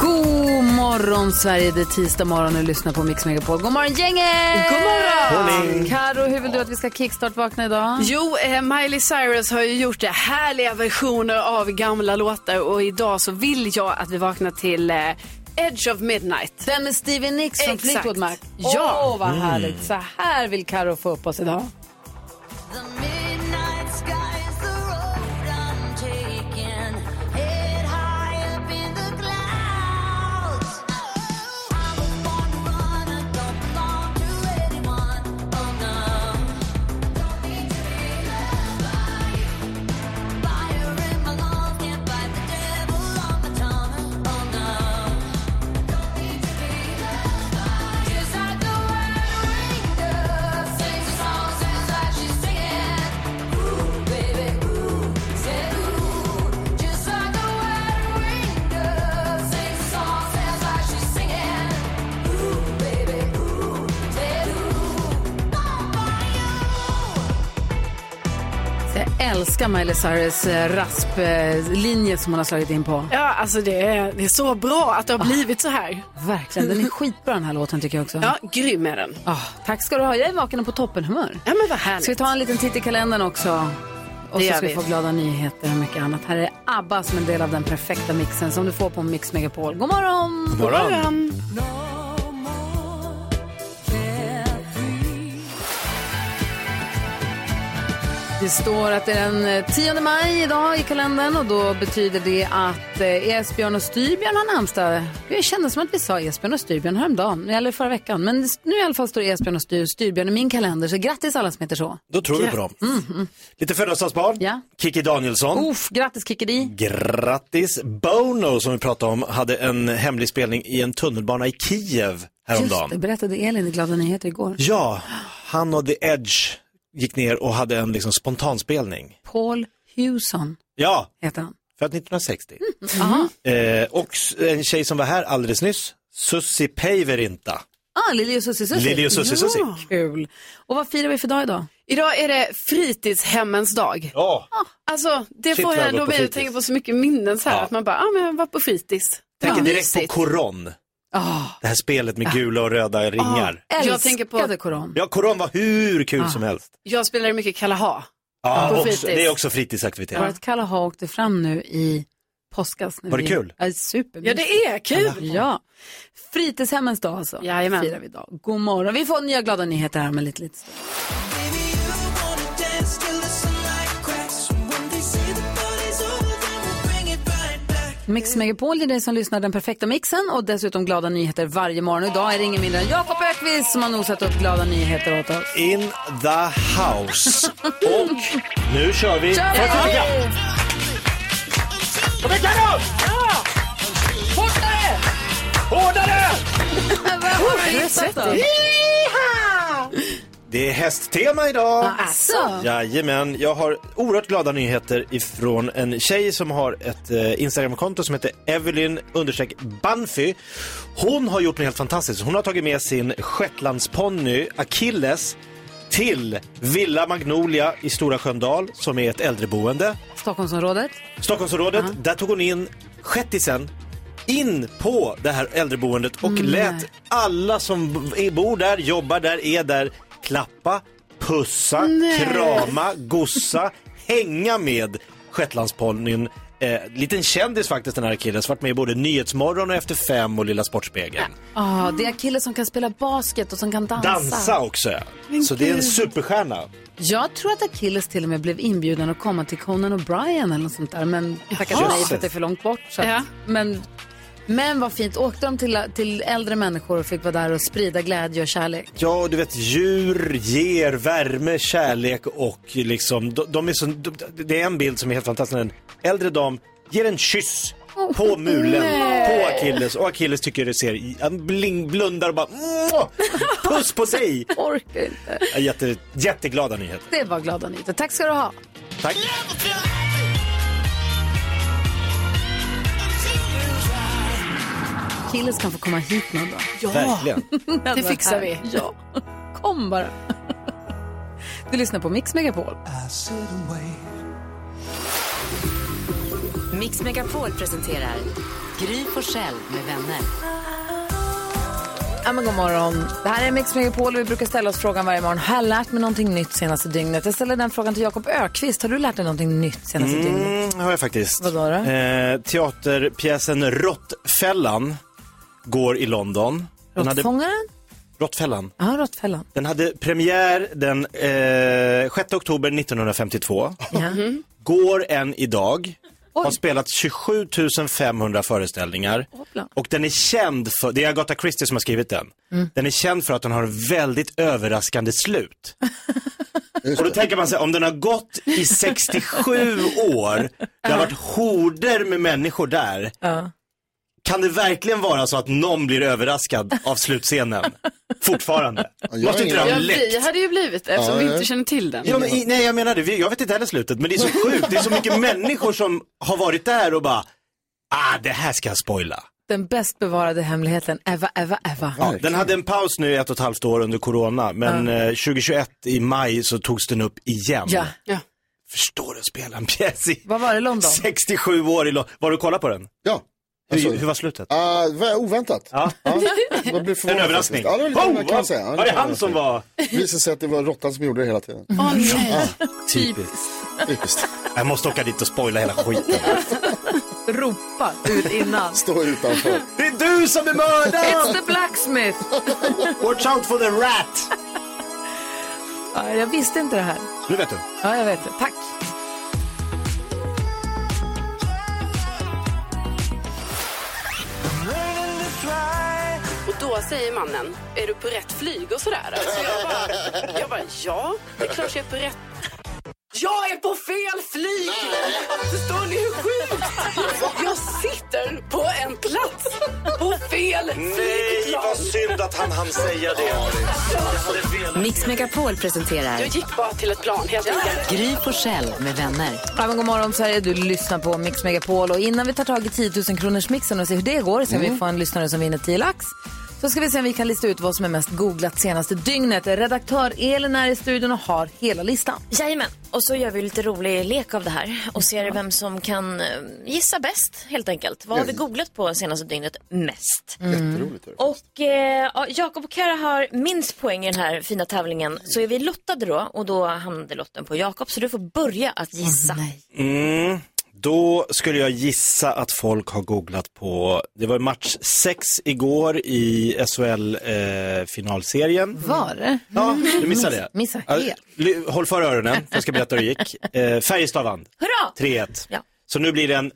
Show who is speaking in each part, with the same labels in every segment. Speaker 1: God morgon Sverige, det är tisdag morgon och lyssnar på Mix Megapol. God morgon gänget! God morgon! Eh, Karo, hur vill du att vi ska kickstart-vakna idag?
Speaker 2: Jo, eh, Miley Cyrus har ju gjort det härliga versioner av gamla låtar och idag så vill jag att vi vaknar till eh, Edge of Midnight.
Speaker 1: Den med Stevie Nicks från
Speaker 2: Exakt.
Speaker 1: Fleetwood Mac.
Speaker 2: Ja.
Speaker 1: Åh, vad härligt. Så här vill Karo få upp oss idag.
Speaker 3: Oh, Oh,
Speaker 1: Jag älskar Miley Cyrus eh, rasplinje som hon har slagit in på.
Speaker 2: Ja, alltså det är, det är så bra att det
Speaker 1: Ah.
Speaker 2: har blivit så här.
Speaker 1: Verkligen, den är skitbra den här låten tycker jag också.
Speaker 2: Ja, grym är den.
Speaker 1: Ah, tack ska du ha, jag är vaken och på toppenhumör.
Speaker 2: Ja, men vad
Speaker 1: Ska vi
Speaker 2: härligt.
Speaker 1: ta en liten titt i kalendern också? Och
Speaker 2: Det
Speaker 1: så
Speaker 2: gör
Speaker 1: ska vi
Speaker 2: vi.
Speaker 1: få glada nyheter och mycket annat. Här är ABBA som en del av den perfekta mixen som du får på Mix Megapol. God morgon!
Speaker 2: God morgon.
Speaker 1: Det står att det är den eh, 10 maj idag i kalendern och då betyder det att eh, Esbjörn och Styrbjörn har namnsdag. Jag kände som att vi sa Esbjörn och Styrbjörn häromdagen, eller förra veckan. Men s- nu i alla fall står det Esbjörn och Styr, Styrbjörn i min kalender, så grattis alla som heter så.
Speaker 4: Då tror vi på dem. Lite födelsedagsbarn.
Speaker 1: Mm, Ja. Oh.
Speaker 4: Kiki Danielsson.
Speaker 1: Uff, grattis
Speaker 4: Mm,
Speaker 1: Kikki
Speaker 4: Grattis! Bono som vi pratade om hade en hemlig spelning i en tunnelbana i Kiev
Speaker 1: Just det,
Speaker 4: häromdagen.
Speaker 1: berättade Elin i Glada Nyheter igår.
Speaker 4: Ja, han och The Edge gick ner och hade en liksom spontanspelning.
Speaker 1: Paul Hewson Mm.
Speaker 4: Ja,
Speaker 1: heter han.
Speaker 4: född 1960.
Speaker 2: Mm.
Speaker 4: Eh, och s- en tjej som var här alldeles nyss, Sussi Päivärinta.
Speaker 1: Ah, Lili och Susie Susie.
Speaker 4: Lili och Sussi Sussi.
Speaker 1: Kul. Och vad firar vi för dag idag?
Speaker 2: Idag är det fritidshemmens dag.
Speaker 4: Ja.
Speaker 1: Ah,
Speaker 2: Alltså, det
Speaker 4: Shit,
Speaker 2: får
Speaker 4: vad jag
Speaker 2: jag,
Speaker 4: går
Speaker 2: då
Speaker 4: på
Speaker 2: blir jag
Speaker 4: fritids.
Speaker 2: tänker på så mycket minnen så här
Speaker 4: Ja.
Speaker 2: att man bara, ja men jag var på fritids. Det
Speaker 4: Tänker
Speaker 2: var
Speaker 4: direkt på
Speaker 2: mysigt.
Speaker 4: Koron.
Speaker 1: Ah,
Speaker 4: Det här spelet med gula och röda ringar.
Speaker 1: älskade
Speaker 2: Jag tänker på-
Speaker 1: koron.
Speaker 4: Ja, Koron var hur kul
Speaker 1: Ah.
Speaker 4: som helst.
Speaker 2: Jag spelade mycket Kalaha.
Speaker 4: Ja,
Speaker 2: på fritids.
Speaker 4: också, det är också fritidsaktivitet.
Speaker 1: Vårt kalla ha åkte fram nu i påskas. när
Speaker 4: Var det
Speaker 1: vi-
Speaker 4: kul?
Speaker 1: Ja, supermysigt.
Speaker 2: Ja, det är kul.
Speaker 1: Ja. Fritidshemmens dag alltså.
Speaker 2: Jajamän.
Speaker 1: Firar vi idag. God morgon. Vi får nya glada nyheter här med lite, lite stund. Mix Megapol det är dig som lyssnar den perfekta mixen och dessutom glada nyheter varje morgon. Och Idag är det ingen mindre än Jakob Ökvist som har nosat upp glada nyheter åt oss.
Speaker 4: In the house. Och nu kör vi.
Speaker 1: Kör vi!
Speaker 4: Kom igen Carro!
Speaker 1: Fortare!
Speaker 4: Hårdare!
Speaker 1: Vad har du hittat då?
Speaker 4: Det är hästtema idag.
Speaker 1: Alltså.
Speaker 4: Jajamän, jag har oerhört glada nyheter ifrån en tjej som har ett eh, Instagramkonto som heter Evelyn understreck Banfy. Hon har gjort något helt fantastiskt. Hon har tagit med sin shetlandsponny Achilles till Villa Magnolia i Stora Sköndal som är ett äldreboende.
Speaker 1: Stockholmsområdet.
Speaker 4: Stockholmsområdet, där tog hon in shettisen in på det här äldreboendet och lät alla som b- bor där, jobbar där, är där klappa, pussa, krama, gossa, hänga med shetlandsponnyn. Eh, liten kändis faktiskt den här killen, som varit med i både Nyhetsmorgon och Efter fem och Lilla Sportspegeln.
Speaker 1: Ah, det är killen som kan spela basket och som kan dansa.
Speaker 4: Dansa också ja. Så det är en superstjärna.
Speaker 1: Jag tror att Achilles till och med blev inbjuden att komma till Conan O'Brien eller något sånt där. Men tackade nej för att det är för långt bort. Så att,
Speaker 2: Ja.
Speaker 1: men, men vad fint. Åkte de till, till äldre människor och fick vara där och sprida glädje och kärlek.
Speaker 4: Ja, och du vet, djur ger värme, kärlek och liksom, de, de är så, de, det är en bild som är helt fantastisk. En äldre dam ger en kyss på mulen, på Achilles. Och Achilles tycker det ser, han bling, blundar och bara "Mwah!" puss på sig.
Speaker 1: Orkar inte.
Speaker 4: Jätte, jätteglada nyheter.
Speaker 1: Det var glada nyheter. Tack ska du ha.
Speaker 4: Tack.
Speaker 1: Killes kan få komma hit någon dag.
Speaker 4: Verkligen.
Speaker 1: Det
Speaker 2: fixar vi.
Speaker 1: Ja. Kom bara. Du lyssnar på Mix Megapol.
Speaker 5: Mix Megapol presenterar Gry Forssell med vänner.
Speaker 1: Ja, men god morgon. Det här är Mix Megapol och vi brukar ställa oss frågan varje morgon. Har jag lärt mig någonting nytt senaste dygnet? Jag ställer den frågan till Jakob Ökvist. Har du lärt dig någonting nytt senaste dygnet?
Speaker 4: Mm, har jag faktiskt.
Speaker 1: Vadå då?
Speaker 4: Eh, teaterpjäsen Råttfällan går i London. Den hade,
Speaker 1: Råttfångaren?
Speaker 4: Råttfällan.
Speaker 1: Ja, råttfällan.
Speaker 4: Den hade premiär den eh, 6 oktober 1952.
Speaker 1: Ja.
Speaker 4: Går än idag. Har
Speaker 1: Oj.
Speaker 4: spelat 27 500 föreställningar.
Speaker 1: Hoppla.
Speaker 4: Och den är känd för, det är Agatha Christie som har skrivit den. Den är känd för att den har en väldigt överraskande slut. Och då tänker man sig, om den har gått i 67 år, det har varit horder med människor där. Kan det verkligen vara så att någon blir överraskad av slutscenen? Fortfarande.
Speaker 6: jag
Speaker 4: Måste
Speaker 6: har
Speaker 4: inte
Speaker 6: ingen
Speaker 4: den
Speaker 2: Ja,
Speaker 4: ha
Speaker 2: vi
Speaker 4: läckt?
Speaker 2: hade ju blivit det eftersom
Speaker 6: Ja,
Speaker 2: vi
Speaker 6: ja.
Speaker 2: inte känner till den.
Speaker 4: Ja, men, i- nej jag menar det, Vi- jag vet inte heller slutet men det är så sjukt, det är så mycket människor som har varit där och bara, ah det här ska jag spoila.
Speaker 1: Den bäst bevarade hemligheten, Eva, Eva, Eva.
Speaker 4: Ja, den hade en paus nu i ett och ett halvt år under corona, men eh, 2021 i maj så togs den upp igen.
Speaker 1: Ja.
Speaker 2: Ja.
Speaker 4: Förstår du, spela en pjäs i
Speaker 1: Vad var det, London?
Speaker 4: 67 år i lo- Var du och kollade på den?
Speaker 6: Ja.
Speaker 4: Hur,
Speaker 6: Alltså,
Speaker 4: hur var slutet?
Speaker 6: ah, det var oväntat.
Speaker 4: Ja.
Speaker 6: Man blir förvånad
Speaker 4: En överraskning.
Speaker 6: faktiskt. Ja, det var lite
Speaker 4: Oh,
Speaker 6: överraskning, kan jag säga. Ja,
Speaker 4: var det
Speaker 6: lite
Speaker 4: han som
Speaker 6: överraskning.
Speaker 4: var
Speaker 6: visade sig att det var råttan som gjorde det hela tiden.
Speaker 2: Åh, nej.
Speaker 4: typiskt?
Speaker 6: Typiskt.
Speaker 4: Jag måste åka dit och spoila hela skiten.
Speaker 1: Ropa ut innan.
Speaker 6: Stå utanför.
Speaker 4: Det är du som är mördaren!
Speaker 1: It's the blacksmith!
Speaker 4: Watch out for the rat!
Speaker 1: Ja, jag visste inte det här.
Speaker 4: Nu vet du.
Speaker 1: Ja, jag vet det. Tack.
Speaker 2: Och då säger mannen, är du på rätt flyg och sådär? Alltså jag, bara, jag bara, ja, det är klart jag är på rätt. Jag är på fel flyg! Förstår ni hur sjukt? Jag sitter på en plats på fel flygplan.
Speaker 4: synd att han hann säga det.
Speaker 5: Mix Megapol presenterar
Speaker 2: Jag gick bara till ett plan helt enkelt.
Speaker 5: Gry Forssell med vänner.
Speaker 1: Ja, men god morgon Sverige, du lyssnar på Mix Megapol och innan vi tar tag i 10 000 kronors mixen och ser hur det går, sen
Speaker 5: Mm.
Speaker 1: vi får en lyssnare som vinner 10 lax, så ska vi se om vi kan lista ut vad som är mest googlat senaste dygnet. Redaktör Elin är i studion och har hela listan.
Speaker 7: Jajamän, och så gör vi lite rolig lek av det här och ser vem som kan eh, gissa bäst helt enkelt. Vad har vi googlat på senaste dygnet mest?
Speaker 6: Jätteroligt. Mm.
Speaker 7: Och eh, ja, Jakob och Kara har minst poäng i den här fina tävlingen så är vi lottade då och då hamnade lotten på Jakob så du får börja att gissa.
Speaker 4: Mm. Då skulle jag gissa att folk har googlat på, det var match 6 igår i SHL-finalserien.
Speaker 1: Var det?
Speaker 4: ja, du eh, missade det.
Speaker 1: Missa
Speaker 4: Ja,
Speaker 1: helt.
Speaker 4: ly- Håll för öronen, för jag ska berätta hur det gick. Eh, Färjestad vann,
Speaker 7: Hurra!
Speaker 4: 3-1.
Speaker 7: Ja.
Speaker 4: Så nu blir det en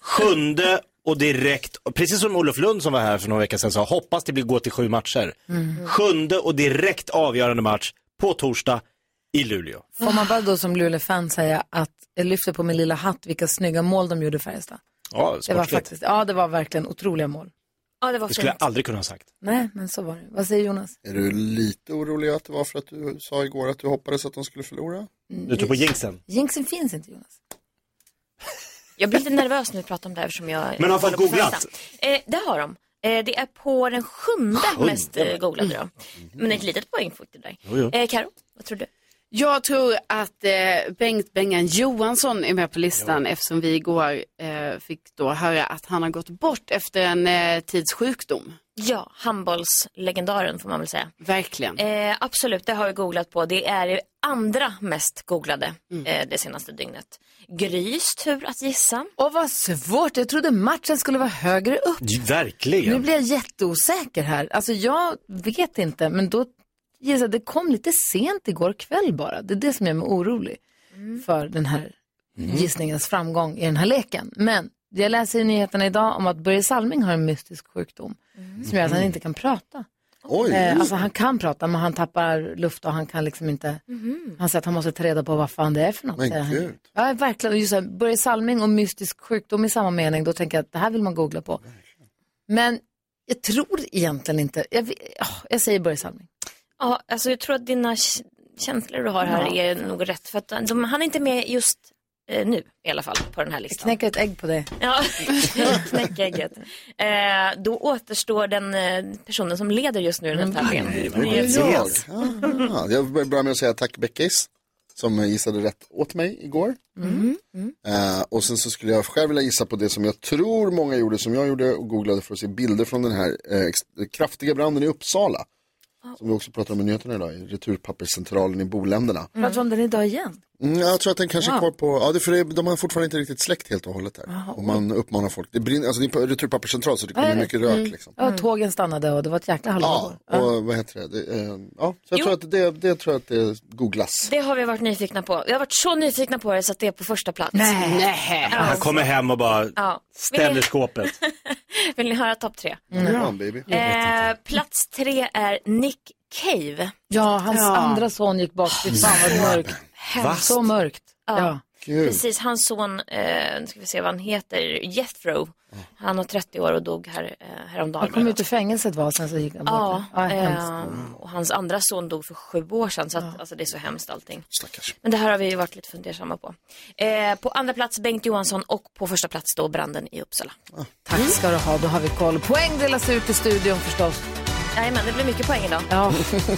Speaker 4: sjunde och direkt, och precis som Olof Lund som var här för några veckor sedan sa, hoppas det blir gå till sju matcher.
Speaker 1: Mm.
Speaker 4: Sjunde och direkt avgörande match på torsdag i Luleå.
Speaker 1: Får man bara då som Luleå-fan säga att jag lyfter på min lilla hatt vilka snygga mål de gjorde i Färjestad.
Speaker 4: Ja,
Speaker 1: Det var
Speaker 4: sportsligt.
Speaker 1: faktiskt, ja det var verkligen otroliga mål.
Speaker 7: Ja, det var
Speaker 4: Det skulle jag
Speaker 7: fint.
Speaker 4: aldrig kunna ha sagt.
Speaker 1: Nej, men så var det. Vad säger Jonas?
Speaker 6: Är du lite orolig att det var för att du sa igår att du hoppades att de skulle förlora?
Speaker 2: Mm.
Speaker 4: Du tror på jinxen.
Speaker 1: Jinxen finns inte Jonas.
Speaker 7: Jag blir lite nervös när vi pratar om det här eftersom jag...
Speaker 4: Men har folk
Speaker 7: håller på
Speaker 4: googlat?
Speaker 7: Färjestad. Eh, det har de. Eh, det är på den sjunde mest eh, googlade
Speaker 4: Mm.
Speaker 7: då. Men ett litet poäng fick du där. Eh, Karo, vad tror du?
Speaker 2: Jag tror att eh, Bengt Bengan Johansson är med på listan eftersom vi igår eh, fick då höra att han har gått bort efter en eh, tids sjukdom.
Speaker 7: Ja, handbollslegendaren får man väl säga.
Speaker 2: Verkligen.
Speaker 7: Eh, absolut, det har vi googlat på. Det är det andra mest googlade eh, det senaste dygnet. Grys tur att gissa.
Speaker 1: Och vad svårt, jag trodde matchen skulle vara högre upp. Nu
Speaker 4: Verkligen.
Speaker 1: blir jag jätteosäker här. Alltså jag vet inte, men då gissar jag, det kom lite sent igår kväll bara. Det är det som gör mig orolig för den här gissningens framgång i den här leken. Men jag läser i nyheterna idag om att Börje Salming har en mystisk sjukdom som gör att han inte kan prata.
Speaker 6: Oj.
Speaker 1: Eh, alltså han kan prata men han tappar luft och han kan liksom inte. Han säger att han måste ta reda på vad fan det är för något.
Speaker 6: Men
Speaker 1: säger han.
Speaker 6: gud.
Speaker 1: Ja, verkligen. Och Just så här, börjar salming och mystisk sjukdom i samma mening, då tänker jag att det här vill man googla på. Men jag tror egentligen inte, jag, vet- ah, jag säger Börje Salming.
Speaker 7: Ja, alltså jag tror att dina k- känslor du har här är nog rätt. För att eh, de, han är inte med just eh, nu i alla fall på den här listan.
Speaker 1: Knäcker ett ägg på det.
Speaker 7: Ja, knäckägget. Eh, då återstår den eh, personen som leder just nu den här tävlingen.
Speaker 6: Det är jag. Ah, jag vill börja med att säga tack Beckis som gissade rätt åt mig igår.
Speaker 1: Mm.
Speaker 6: Eh, och sen så skulle jag själv vilja gissa på det som jag tror många gjorde, som jag gjorde och googlade för att se bilder från den här eh, ex- kraftiga branden i Uppsala. Som vi också pratade om i nyheterna idag, i returpapperscentralen i Boländerna.
Speaker 1: Pratar om den idag igen?
Speaker 6: Mm, jag tror att den kanske är kvar på, ja det är för det, de har fortfarande inte riktigt släckt helt och hållet där. Och man uppmanar folk, det brinner, alltså det är på returpapperscentral så det kommer mycket rök liksom.
Speaker 1: Mm. Ja, tågen stannade och det var ett jäkla hallå.
Speaker 6: Ja, och vad heter det? det eh, ja, så jag
Speaker 7: Jo.
Speaker 6: tror att det, det tror jag att det googlas.
Speaker 7: Det har vi varit nyfikna på. Jag har varit så nyfikna på det så att det är på första plats.
Speaker 1: Nej.
Speaker 4: Han kommer hem och bara
Speaker 7: Ja. Vill,
Speaker 4: ställer
Speaker 7: ni,
Speaker 4: skåpet.
Speaker 7: vill ni höra topp tre?
Speaker 6: Mm. Ja, baby.
Speaker 7: Eh, plats tre är Nick Cave.
Speaker 1: Ja, hans andra son gick bak. Fy fan vad mörkt.
Speaker 4: Vast.
Speaker 1: Så mörkt. Ja.
Speaker 6: Gud.
Speaker 7: Precis, hans son, eh, nu ska vi se vad han heter, Jethro. Han var 30 år och dog här, eh, häromdagen.
Speaker 1: Han kom ut ur fängelset va, sen så gick han bort.
Speaker 7: Ja,
Speaker 1: hemskt.
Speaker 7: ehm, och hans andra son dog för sju år sedan, så att, alltså, det är så hemskt allting.
Speaker 6: Stackars.
Speaker 7: Men det här har vi ju varit lite fundersamma på. Eh, på andra plats Bengt Johansson och på första plats då branden i Uppsala.
Speaker 1: Tack ska du ha, då har vi koll. Poäng delas ut i studion förstås.
Speaker 7: Jajamän, det blir mycket poäng idag.
Speaker 1: Ja,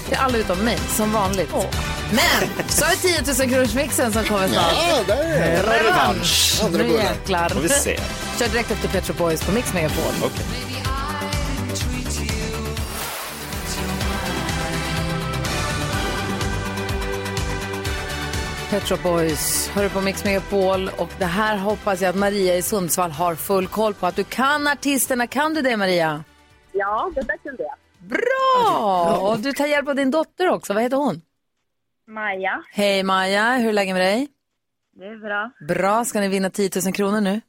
Speaker 1: till alla utom mig, som vanligt.
Speaker 7: Åh.
Speaker 1: Men så är 10 000 kronorsmixen som kommer snart.
Speaker 6: Ja, där är det.
Speaker 1: Revansch!
Speaker 6: Andra
Speaker 1: Nu
Speaker 6: bullen.
Speaker 1: jäklar.
Speaker 4: Får vi se.
Speaker 1: Kör direkt efter Petro Boys på Mix Megapol.
Speaker 4: Okej.
Speaker 1: Petro Boys hör du på Mix Megapol och det här hoppas jag att Maria i Sundsvall har full koll på. Att du kan artisterna, kan du det Maria?
Speaker 2: Ja, det där kunde jag.
Speaker 1: Bra! Och du tar hjälp av din dotter också, vad heter hon?
Speaker 2: Maja,
Speaker 1: Hej Maja, hur är läget med dig?
Speaker 2: det är bra.
Speaker 1: Bra, ska ni vinna 10 000 kronor nu?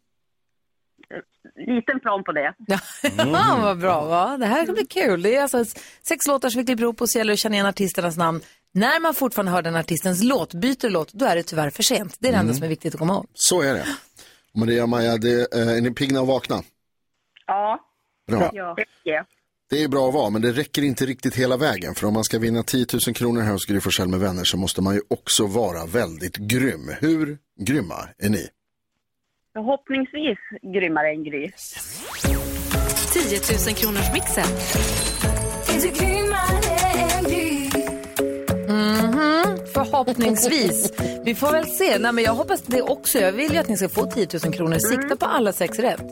Speaker 2: Liten plan på det.
Speaker 1: Ja, vad bra va? Det här kan bli kul. Det är alltså sex låtar som vi klipper ihop och så gäller det att känna igen artisternas namn. När man fortfarande hör den artistens låt, byter låt, då är det tyvärr för sent. Det är det enda som är viktigt att komma ihåg.
Speaker 6: Så är det. Maria och Maja, det, eh, är ni pigna och vakna?
Speaker 2: Ja,
Speaker 6: Bra.
Speaker 2: ja. ja.
Speaker 6: Det är bra att vara, men det räcker inte riktigt hela vägen. För om man ska vinna 10 000 kronor här hos Gry Forssell med vänner så måste man ju också vara väldigt grym. Hur grymma är ni?
Speaker 2: Förhoppningsvis grymmare än Gry.
Speaker 5: 10 000 kronors mixen.
Speaker 1: Mm-hmm. Förhoppningsvis. Vi får väl se. Nej, men jag hoppas det också. Jag vill ju att ni ska få 10 000
Speaker 2: Mm.
Speaker 1: kronor. Sikta på alla sex rätt.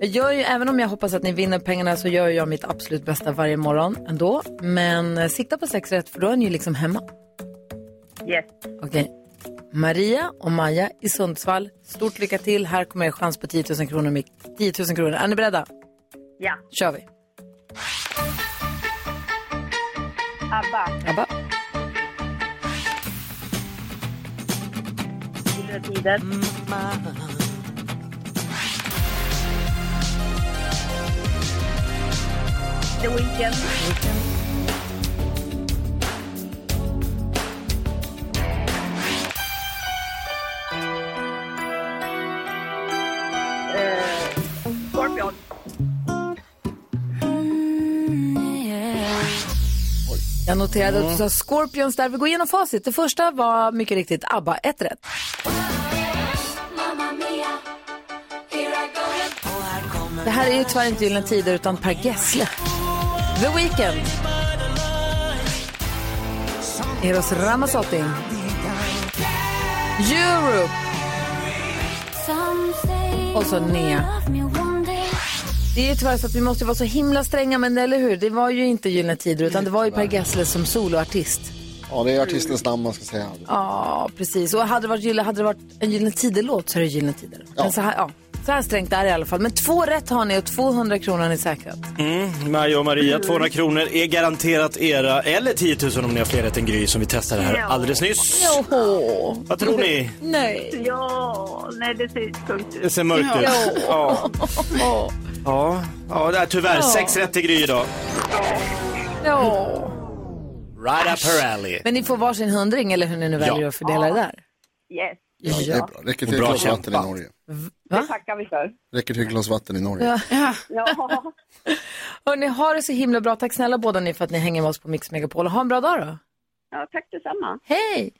Speaker 1: Jag gör ju, även om jag hoppas att ni vinner pengarna så gör jag mitt absolut bästa varje morgon ändå. Men eh, sikta på sex rätt för då är ni ju liksom hemma.
Speaker 2: Yes.
Speaker 1: Okej. Maria och Maja i Sundsvall, stort lycka till. Här kommer er chans på 10 000 kronor. Mick. 10 000 kronor. Är ni beredda?
Speaker 2: Ja.
Speaker 1: kör vi.
Speaker 2: Abba,
Speaker 1: Abba.
Speaker 2: Gyllene Tider. The Weeknd. Eh, Scorpion.
Speaker 1: Mm, Jag noterade att du sa Scorpions där. Vi går igenom facit. Det första var mycket riktigt ABBA, ett rätt. Det här är ju tyvärr inte Gyllene Tider utan Per Gessle. The Weeknd. Eros Ramazzotti. Europe. Och så Nea. Det är ju tyvärr så att vi måste vara så himla stränga, men eller hur? Det var ju inte Gyllene Tider, utan det var ju Per Gessle som soloartist.
Speaker 6: Ja, det är artistens namn man ska säga.
Speaker 1: Ja, precis. Och hade det varit, gyllene, hade det varit en Gyllene Tider-låt så är det Gyllene Tider. Men så, här, ja, så här strängt är det i alla fall. Men två rätt har ni och 200 kronor har ni säkrat.
Speaker 4: Mm, Maja och Maria,
Speaker 7: Mm.
Speaker 4: 200 kronor är garanterat era, eller 10 000 om ni har fler rätt än Gry som vi testade här alldeles nyss. Vad tror ni?
Speaker 1: Nej.
Speaker 2: Ja, nej det ser tungt ut.
Speaker 4: Det ser mörkt ut. Ja. Ja, ja det är tyvärr sex rätt till Gry idag.
Speaker 1: Ja.
Speaker 4: Right up her alley.
Speaker 1: Men ni får varsin hundring eller hur ni nu väljer
Speaker 4: Ja.
Speaker 1: att fördela det där.
Speaker 8: Yes,
Speaker 6: Ja, det är bra. Räcker till ett
Speaker 4: Bra
Speaker 6: glas
Speaker 4: kämpat.
Speaker 6: vatten i Norge.
Speaker 8: det tackar vi för.
Speaker 6: Räcker till ett glas vatten i Norge.
Speaker 1: Ja.
Speaker 8: Ja,
Speaker 1: Hörni, ha det så himla bra. Tack snälla båda ni för att ni hänger med oss på Mix Megapol. Ha en bra dag då.
Speaker 8: ja tack detsamma.
Speaker 1: Hej!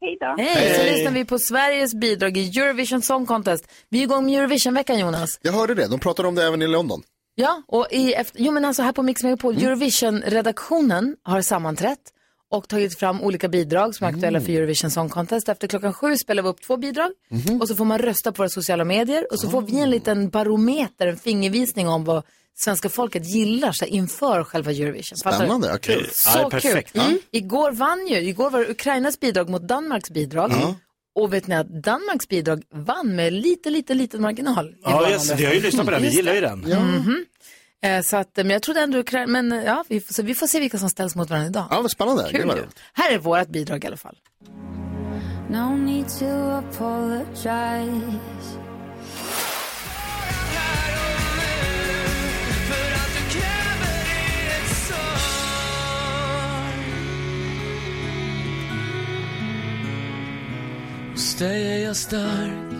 Speaker 8: Hej då.
Speaker 1: Hej! Så lyssnar vi på Sveriges bidrag i Eurovision Song Contest. Vi är igång med Eurovisionveckan Jonas.
Speaker 6: Jag hörde det, de pratade om det även i London.
Speaker 1: Ja, och i efter... jo, men alltså här på Mix Megapol,
Speaker 4: Mm.
Speaker 1: Eurovision-redaktionen har sammanträtt och tagit fram olika bidrag som är aktuella
Speaker 4: Mm.
Speaker 1: för Eurovision Song Contest. Efter klockan sju spelar vi upp två bidrag
Speaker 4: Mhm.
Speaker 1: och så får man rösta på våra sociala medier och så får
Speaker 4: Ah.
Speaker 1: vi en liten barometer, en fingervisning om vad svenska folket gillar så här, inför själva Eurovision. Fattar du?
Speaker 6: Spännande, ja, kul.
Speaker 4: Ja, det
Speaker 1: Så
Speaker 4: är
Speaker 1: kul.
Speaker 4: perfekt.
Speaker 1: Mm. Igår vann ju, igår var det Ukrainas bidrag mot Danmarks bidrag. Och vet ni att Danmarks bidrag vann med lite, lite, liten marginal.
Speaker 4: Ja, yes, vi har ju lyssnat på den, vi gillar ju den.
Speaker 1: Eh, Så att, eh, men jag trodde ändå Ukraina, men eh, ja, vi, får- så vi får se vilka som ställs mot varandra idag.
Speaker 6: Ja, vad spännande. Kul.
Speaker 1: Kul ju. Här är vårt bidrag i alla fall.
Speaker 9: Hos dig är jag stark,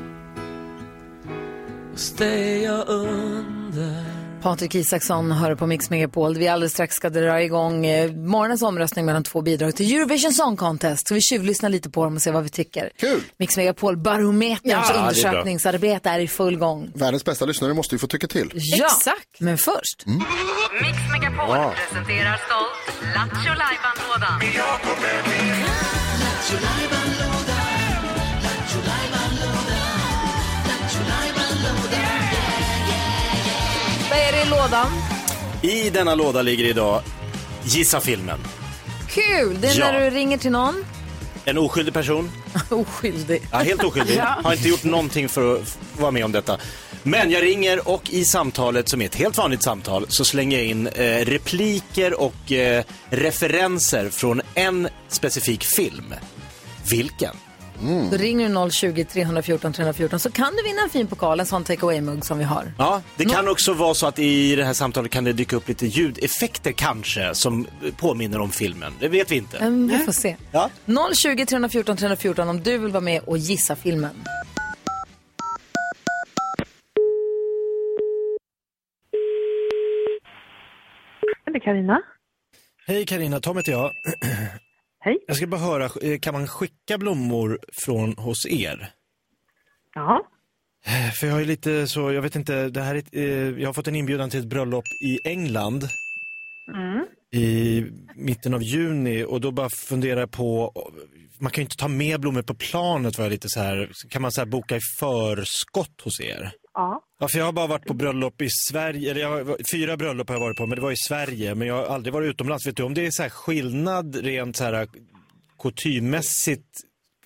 Speaker 9: hos dig är jag under
Speaker 1: Patrik Isaksson hör på Mix Megapol. Vi alldeles strax ska dra igång eh, morgonens omröstning mellan två bidrag till Eurovision Song Contest. Så vi tjuvlyssnar lite på dem och ser vad vi tycker.
Speaker 6: Kul.
Speaker 1: Mix Megapol Barometerns
Speaker 4: Ja, det är bra.
Speaker 1: undersökningsarbete är i full gång.
Speaker 6: Världens bästa lyssnare måste ju få tycka till.
Speaker 1: Ja,
Speaker 5: Exakt.
Speaker 1: men först.
Speaker 5: Mix Megapol presenterar stolt Lattjo Lajban-lådan.
Speaker 1: Vad är det i lådan?
Speaker 4: I denna låda ligger idag Gissa filmen.
Speaker 1: Kul! Det är
Speaker 4: Ja.
Speaker 1: när du ringer till någon.
Speaker 4: En oskyldig person,
Speaker 1: Oskyldig.
Speaker 4: ja, helt oskyldig, har inte gjort någonting för att f- vara med om detta. Men jag ringer och i samtalet, som är ett helt vanligt samtal, så slänger jag in eh, repliker och eh, referenser från en specifik film. Vilken?
Speaker 1: Då
Speaker 4: Mm.
Speaker 1: ringer du 020-314 314 så kan du vinna en fin pokal, en sån take away-mugg som vi har.
Speaker 4: Ja, det kan också vara så att i det här samtalet kan det dyka upp lite ljudeffekter kanske som eh, påminner om filmen. Det vet vi inte.
Speaker 1: Men Mm, vi får se.
Speaker 4: Ja.
Speaker 1: 020 314 314 om du vill vara med och gissa filmen.
Speaker 8: Det är Karina.
Speaker 4: Hej Karina, Tom heter jag.
Speaker 8: Hej.
Speaker 4: Jag ska bara höra, eh, kan man skicka blommor från hos er?
Speaker 8: Ja.
Speaker 4: Eh, För jag är lite så, jag vet inte, det här är, ett, eh, jag har fått en inbjudan till ett bröllop i England i mitten av juni och då bara funderar jag på, man kan ju inte ta med blommor på planet var jag lite så här, kan man så här boka i förskott hos er?
Speaker 8: Ja.
Speaker 4: Ja, för jag har bara varit på bröllop i Sverige, eller jag, har- fyra bröllop har jag varit på, men det var i Sverige. Men jag har aldrig varit utomlands. Vet du om det är så här skillnad rent så här kutymmässigt?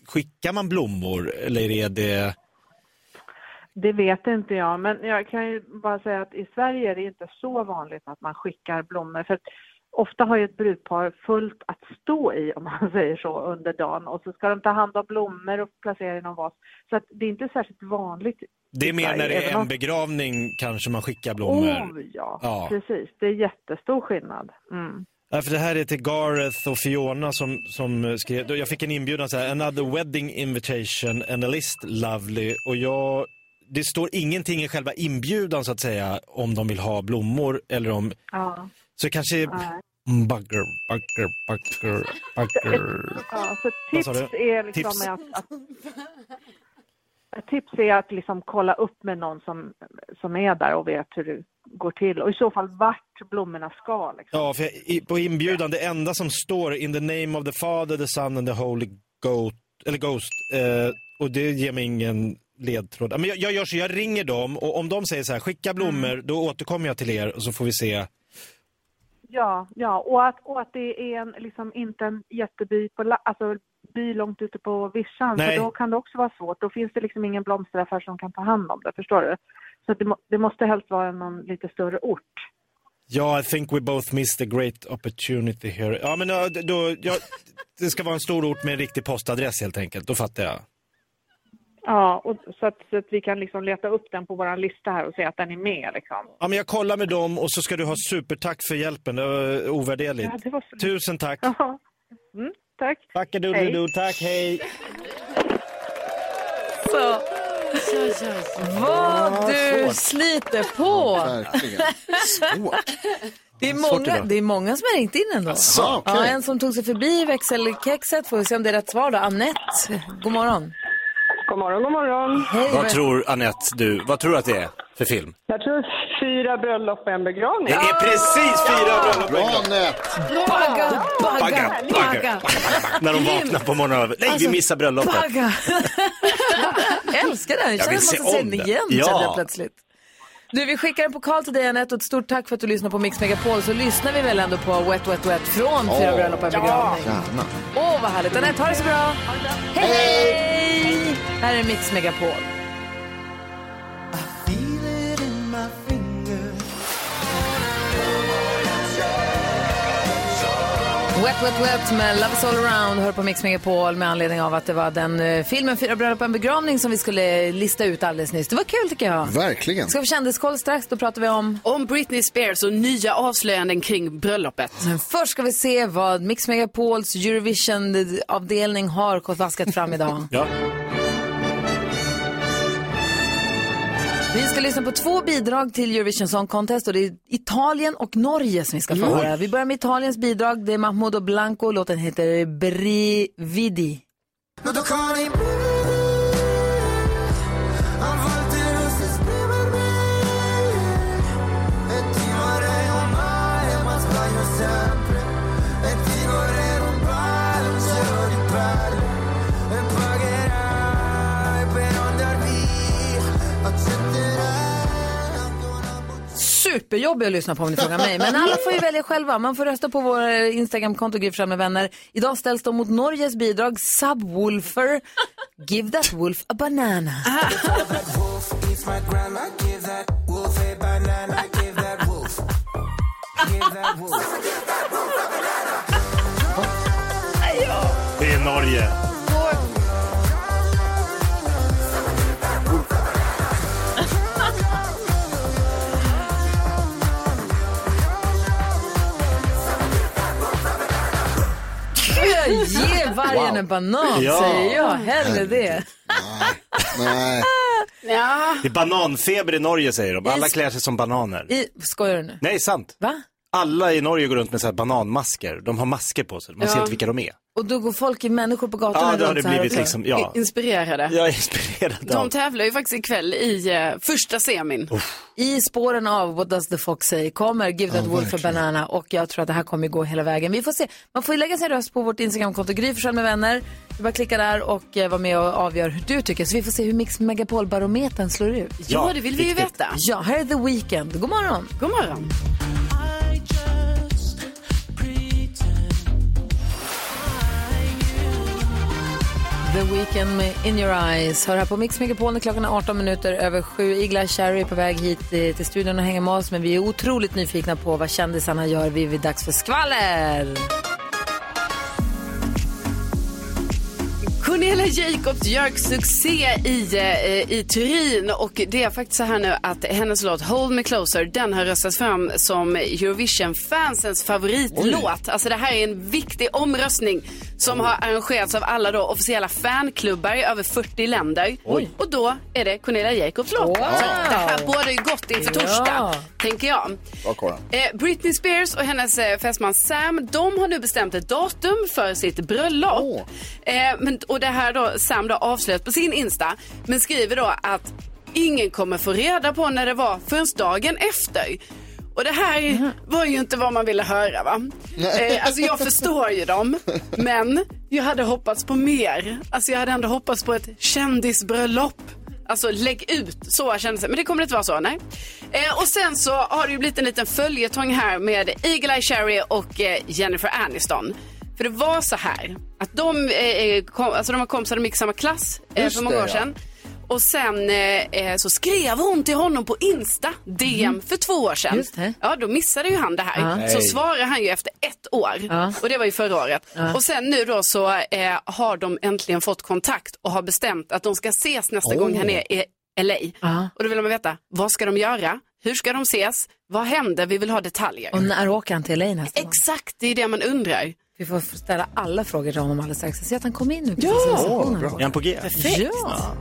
Speaker 4: Skickar man blommor eller är det...
Speaker 8: Det vet inte jag, men jag kan ju bara säga att i Sverige är det inte så vanligt att man skickar blommor. För att ofta har ju ett brudpar fullt att stå i, om man säger så, under dagen. Och så ska de ta hand om blommor och placera i någon vas. Så att det är inte särskilt vanligt.
Speaker 4: Det är mer när det
Speaker 8: Även
Speaker 4: är
Speaker 8: om-
Speaker 4: en begravning kanske man skickar blommor.
Speaker 8: Oh, ja.
Speaker 4: Ja.
Speaker 8: precis. Det är jättestor skillnad. Mm.
Speaker 4: Ja, för det här är till Gareth och Fiona som, som skrev, då jag fick en inbjudan så här, another wedding invitation and a list lovely och jag, det står ingenting i själva inbjudan så att säga om de vill ha blommor eller om,
Speaker 8: Ja.
Speaker 4: så kanske Mm, bugger, bugger, bugger, bugger.
Speaker 8: Ja, så
Speaker 4: Vad sa
Speaker 8: tips är liksom
Speaker 4: Tips?
Speaker 8: Att, att, ett tips är att liksom kolla upp med någon som, som är där och vet hur det går till och i så fall vart blommorna ska. Liksom.
Speaker 4: Ja, för jag, i, på inbjudan, det enda som står in the name of the father, the son and the holy goat, eller ghost. Eh, och det ger mig ingen ledtråd. Men jag, jag gör så, jag ringer dem och om de säger så här, skicka blommor, då återkommer jag till er och så får vi se.
Speaker 8: Ja, ja. Och, att, och att det är en, liksom inte en jätteby på, la- alltså, by långt ute på vischan
Speaker 4: Nej.
Speaker 8: för då kan det också vara svårt. Då finns det liksom ingen blomsteraffär som kan ta hand om det, förstår du? Så att det, må, det måste helst vara någon lite större ort.
Speaker 4: Ja, I think we both missed a great opportunity here. Ja, men eh, då, jag, det ska vara en stor ort med en riktig postadress helt enkelt, då fattar jag.
Speaker 8: Ja, och så, att, så att vi kan liksom leta upp den på vår lista här och se att den är med. Liksom.
Speaker 4: Ja, men jag kollar med dem och så ska du ha supertack för hjälpen. Det var eh, ovärderligt.
Speaker 8: Ja, det var så-
Speaker 4: Tusen tack.
Speaker 8: Ja. Mm, tack.
Speaker 4: Backadoodledoo, tack, hej.
Speaker 1: Så. Vad du
Speaker 6: svårt.
Speaker 1: sliter på!
Speaker 6: Verkligen. Svårt.
Speaker 1: Det är,
Speaker 4: Svårt
Speaker 1: många,
Speaker 4: idag.
Speaker 1: det är många som har ringt in ändå.
Speaker 6: Asså, okej.
Speaker 1: ja, en som tog sig förbi växelkexet. Får vi se om det är rätt svar då. Annette, god morgon.
Speaker 8: God morgon, god morgon.
Speaker 1: Hej.
Speaker 4: Vad tror Annette du, vad tror du att det är för film?
Speaker 8: Jag tror fyra bröllop och en begravning.
Speaker 4: Det är precis fyra bröllop på en
Speaker 6: Bra
Speaker 4: gång.
Speaker 6: nät.
Speaker 1: Bagga, bagga,
Speaker 4: Bagga, bagga.
Speaker 1: bagga. Alltså,
Speaker 4: När de vaknar på morgonen. Nej, vi missar bröllopet.
Speaker 1: bagga. Jag älskar den. Jag känner
Speaker 4: vill
Speaker 1: att
Speaker 4: se
Speaker 1: man ska se
Speaker 4: om
Speaker 1: den
Speaker 4: det.
Speaker 1: igen
Speaker 4: Ja.
Speaker 1: kände jag plötsligt. Du, vi skickar en pokal till dig Anette och ett stort tack för att du lyssnar på Mix Megapol. Så lyssnar vi väl ändå på Wet Wet Wet från Fyra bröllop och en begravning.
Speaker 6: Gärna.
Speaker 1: Åh, vad härligt. Anette, ha det så bra. Hej, hej! Här är Mix Megapol. Wet Wet Wet med Love is all around hör på Mix Megapol med anledning av att det var den eh, filmen Fyra bröllop och en begravning som vi skulle eh, lista ut alldeles nyss. Det var kul tycker jag.
Speaker 6: Verkligen.
Speaker 1: Ska vi kändiskoll strax, då pratar vi om.
Speaker 2: Om Britney Spears och nya avslöjanden kring bröllopet.
Speaker 1: Men först ska vi se vad Mix Megapols Eurovision-avdelning har vaskat fram idag.
Speaker 4: Ja.
Speaker 1: Vi ska lyssna på två bidrag till Eurovision Song Contest och det är Italien och Norge som vi
Speaker 2: Mm.
Speaker 1: ska få höra. Vi börjar med Italiens bidrag, det är Mahmoud och Blanco, låten heter Brividi. Superjobbig att lyssna på om ni frågar mig, men alla får ju välja själva. Man får rösta på vår Instagramkonto Gry Forssell med vänner. Idag ställs de mot Norges bidrag Subwoofer, Give That Wolf a Banana.
Speaker 4: Det är Norge.
Speaker 1: Ge vargen en banan,
Speaker 4: Ja.
Speaker 1: säger jag. Hellre det.
Speaker 6: Nej.
Speaker 2: Ja.
Speaker 4: Det är bananfeber i Norge säger de. Alla klär sig som bananer.
Speaker 1: I, skojar du nu?
Speaker 4: Nej, sant.
Speaker 1: Va?
Speaker 4: Alla i Norge går runt med så här bananmasker. De har masker på sig. Man ser inte vilka de är.
Speaker 1: Och då går folk, människor på
Speaker 4: Ja,
Speaker 1: gatorna
Speaker 4: det har
Speaker 1: runt
Speaker 4: det
Speaker 1: så här
Speaker 4: blivit
Speaker 1: också.
Speaker 4: liksom. Ja.
Speaker 2: Inspirerade.
Speaker 4: Jag är inspirerad
Speaker 2: De
Speaker 4: av.
Speaker 2: tävlar ju faktiskt ikväll i eh, första semin.
Speaker 1: I spåren av What Does The Fox Say kommer Give That Wolf a Banana och jag tror att det här kommer gå hela vägen. Vi får se. Man får ju lägga sin röst på vårt Instagramkonto Gry Forssell med vänner. Du bara klicka där och eh, var med och avgör hur du tycker. Så vi får se hur Mix Megapol-barometern slår ut.
Speaker 2: Ja, det vill vi ju
Speaker 4: riktigt.
Speaker 2: veta.
Speaker 1: Ja, här är The Weeknd. God morgon!
Speaker 2: God morgon.
Speaker 1: The Weeknd med In Your Eyes. Hör här på Mix Megapol när klockan är 18 minuter över sju. Igla Cherry är på väg hit eh, till studion och hänger med oss. Men vi är otroligt nyfikna på vad kändisarna gör vid, vid dags för skvaller.
Speaker 2: Cornelia Jacobs gör succé i, eh, i Turin och det är faktiskt så här nu att hennes låt Hold Me Closer den har röstats fram som Eurovision-fansens favoritlåt. Alltså det här är en viktig omröstning som har arrangerats av alla då officiella fanklubbar i över 40 länder. Och då är det Cornelia Jacobs låt.
Speaker 1: Wow.
Speaker 2: Så det här bådar ju gott inför
Speaker 1: Ja.
Speaker 2: torsdag, tänker jag.
Speaker 6: Bra Kora.
Speaker 2: Eh, Britney Spears och hennes eh, fästman Sam, de har nu bestämt ett datum för sitt bröllop.
Speaker 6: Åh.
Speaker 2: Eh, men, och det här då, Sam då avslöjat på sin Insta, men skriver då att ingen kommer få reda på när det var förrän dagen efter. Och det här var ju inte vad man ville höra va? Eh, alltså jag förstår ju dem, men jag hade hoppats på mer. Alltså jag hade ändå hoppats på ett kändisbröllop. Alltså lägg ut, så kändes det. Men det kommer inte vara så, nej. Eh, och sen så har det ju blivit en liten följetong här med Eagle-Eye Cherry och eh, Jennifer Aniston. För det var så här att de, eh, kom, alltså de var kompisar, de gick i samma klass eh,
Speaker 6: Just
Speaker 2: för många
Speaker 6: det,
Speaker 2: år
Speaker 6: ja.
Speaker 2: sedan. Och sen eh, eh, så skrev hon till honom på Insta, DM, för två år sedan.
Speaker 1: Mm. Just det.
Speaker 2: Ja, då missade ju han det här.
Speaker 1: Ja.
Speaker 2: Så
Speaker 1: Nej.
Speaker 2: svarade han ju efter ett år.
Speaker 1: Ja.
Speaker 2: Och det var ju förra året.
Speaker 1: Ja.
Speaker 2: Och sen nu då så eh, har de äntligen fått kontakt och har bestämt att de ska ses nästa
Speaker 1: Åh.
Speaker 2: gång han är i LA.
Speaker 1: Ja.
Speaker 2: Och då vill man veta, vad ska de göra? Hur ska de ses? Vad händer? Vi vill ha detaljer.
Speaker 1: Och när åker han till LA nästa gång?
Speaker 2: Exakt, det är det man undrar.
Speaker 1: Vi får ställa alla frågor till honom alldeles strax. Jag ser att han kom in nu. precis i
Speaker 4: Ja,
Speaker 1: receptionen.
Speaker 4: bra. Är han på G?
Speaker 1: Perfekt. Ja.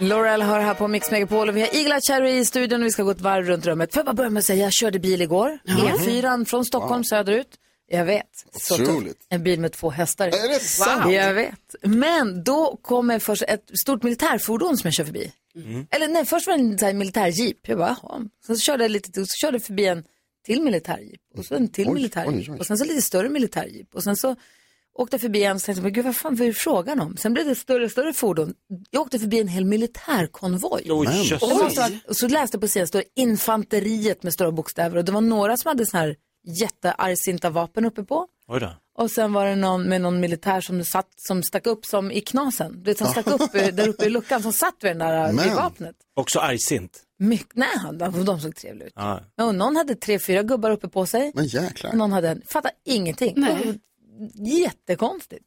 Speaker 1: Laurel hör här på Mix Megapol och vi har Igla Cherry i studion och vi ska gå ett varv runt rummet. Får jag bara börja med att säga, jag körde bil igår. E4 från Stockholm
Speaker 7: Wow.
Speaker 1: söderut. Jag vet. Så
Speaker 7: Otroligt.
Speaker 1: tufft. En bil med två hästar.
Speaker 7: Är det sant?
Speaker 1: Jag vet. Men då kommer först ett stort militärfordon som jag kör förbi. Eller nej, först var det en så här militärjeep. Jag bara, jaha. Sen så körde jag lite till, så körde jag förbi en till militärjeep. Och så en till
Speaker 7: Oj,
Speaker 1: militärjeep.
Speaker 7: oj, oj.
Speaker 1: Och sen så lite större militärjeep. Och sen så åkte jag förbi en och tänkte, jag, men gud vad fan vad är det frågan om? Sen blev det ett större och större fordon. Jag åkte förbi en hel militärkonvoj.
Speaker 4: Oj, Men.
Speaker 1: och, det måste ha varit- och så läste jag på sidan, står infanteriet med stora bokstäver. Och det var några som hade sådana här jätteargsinta vapen uppe på.
Speaker 4: Oj då.
Speaker 1: Och sen var det någon med någon militär som satt, som stack upp som i knasen. Du vet, som stack upp eh, där uppe i luckan, som satt vid den där vid vapnet.
Speaker 4: Också argsint.
Speaker 1: Mycket, nej, han, de såg trevliga ut.
Speaker 4: Ja.
Speaker 1: Och någon hade tre, fyra gubbar uppe på sig.
Speaker 6: Men jäklar.
Speaker 1: Någon hade en, fattar ingenting.
Speaker 2: Nej.
Speaker 1: Jättekonstigt.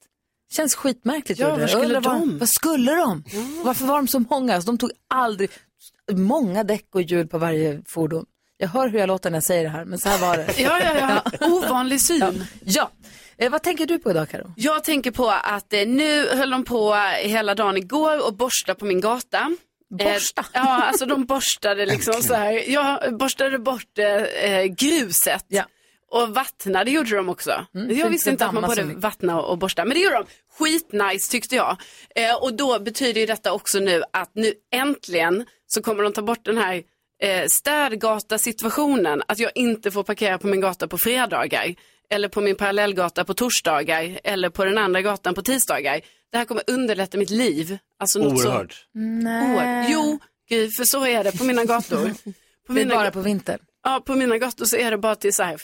Speaker 1: Känns skitmärkligt.
Speaker 2: Ja,
Speaker 1: gjorde det. Jag
Speaker 2: vad skulle
Speaker 1: undrar
Speaker 2: de?
Speaker 1: Vad skulle de? Varför var de så många? Alltså, de tog aldrig, många däck och hjul på varje fordon. Jag hör hur jag låter när jag säger det här, men så här var det.
Speaker 2: Ja, ja, ja. Ovanlig syn.
Speaker 1: Ja. ja. Eh, vad tänker du på idag, Karo?
Speaker 2: Jag tänker på att eh, nu höll de på hela dagen igår och borsta på min gata.
Speaker 1: Borsta?
Speaker 2: Eh, ja, alltså de borstade liksom så här. Jag borstade bort eh, eh, gruset. Och vattnade gjorde de också.
Speaker 1: Mm,
Speaker 2: jag
Speaker 1: fint
Speaker 2: visste
Speaker 1: att
Speaker 2: inte att man
Speaker 1: damma så
Speaker 2: både
Speaker 1: mycket.
Speaker 2: vattna och borsta. Men det gjorde de. Skitnice tyckte jag. Eh, och då betyder ju detta också nu att nu äntligen så kommer de ta bort den här eh, städgata-situationen. Att jag inte får parkera på min gata på fredagar. Eller på min parallellgata på torsdagar. Eller på den andra gatan på tisdagar. Det här kommer underlätta mitt liv. Alltså något så
Speaker 4: Oerhört.
Speaker 2: oerhört. Jo, gud, för så är det på mina gator. På
Speaker 1: det är
Speaker 2: mina
Speaker 1: bara
Speaker 2: ga-
Speaker 1: på vintern.
Speaker 2: Ja, på mina gator så är det bara till så här,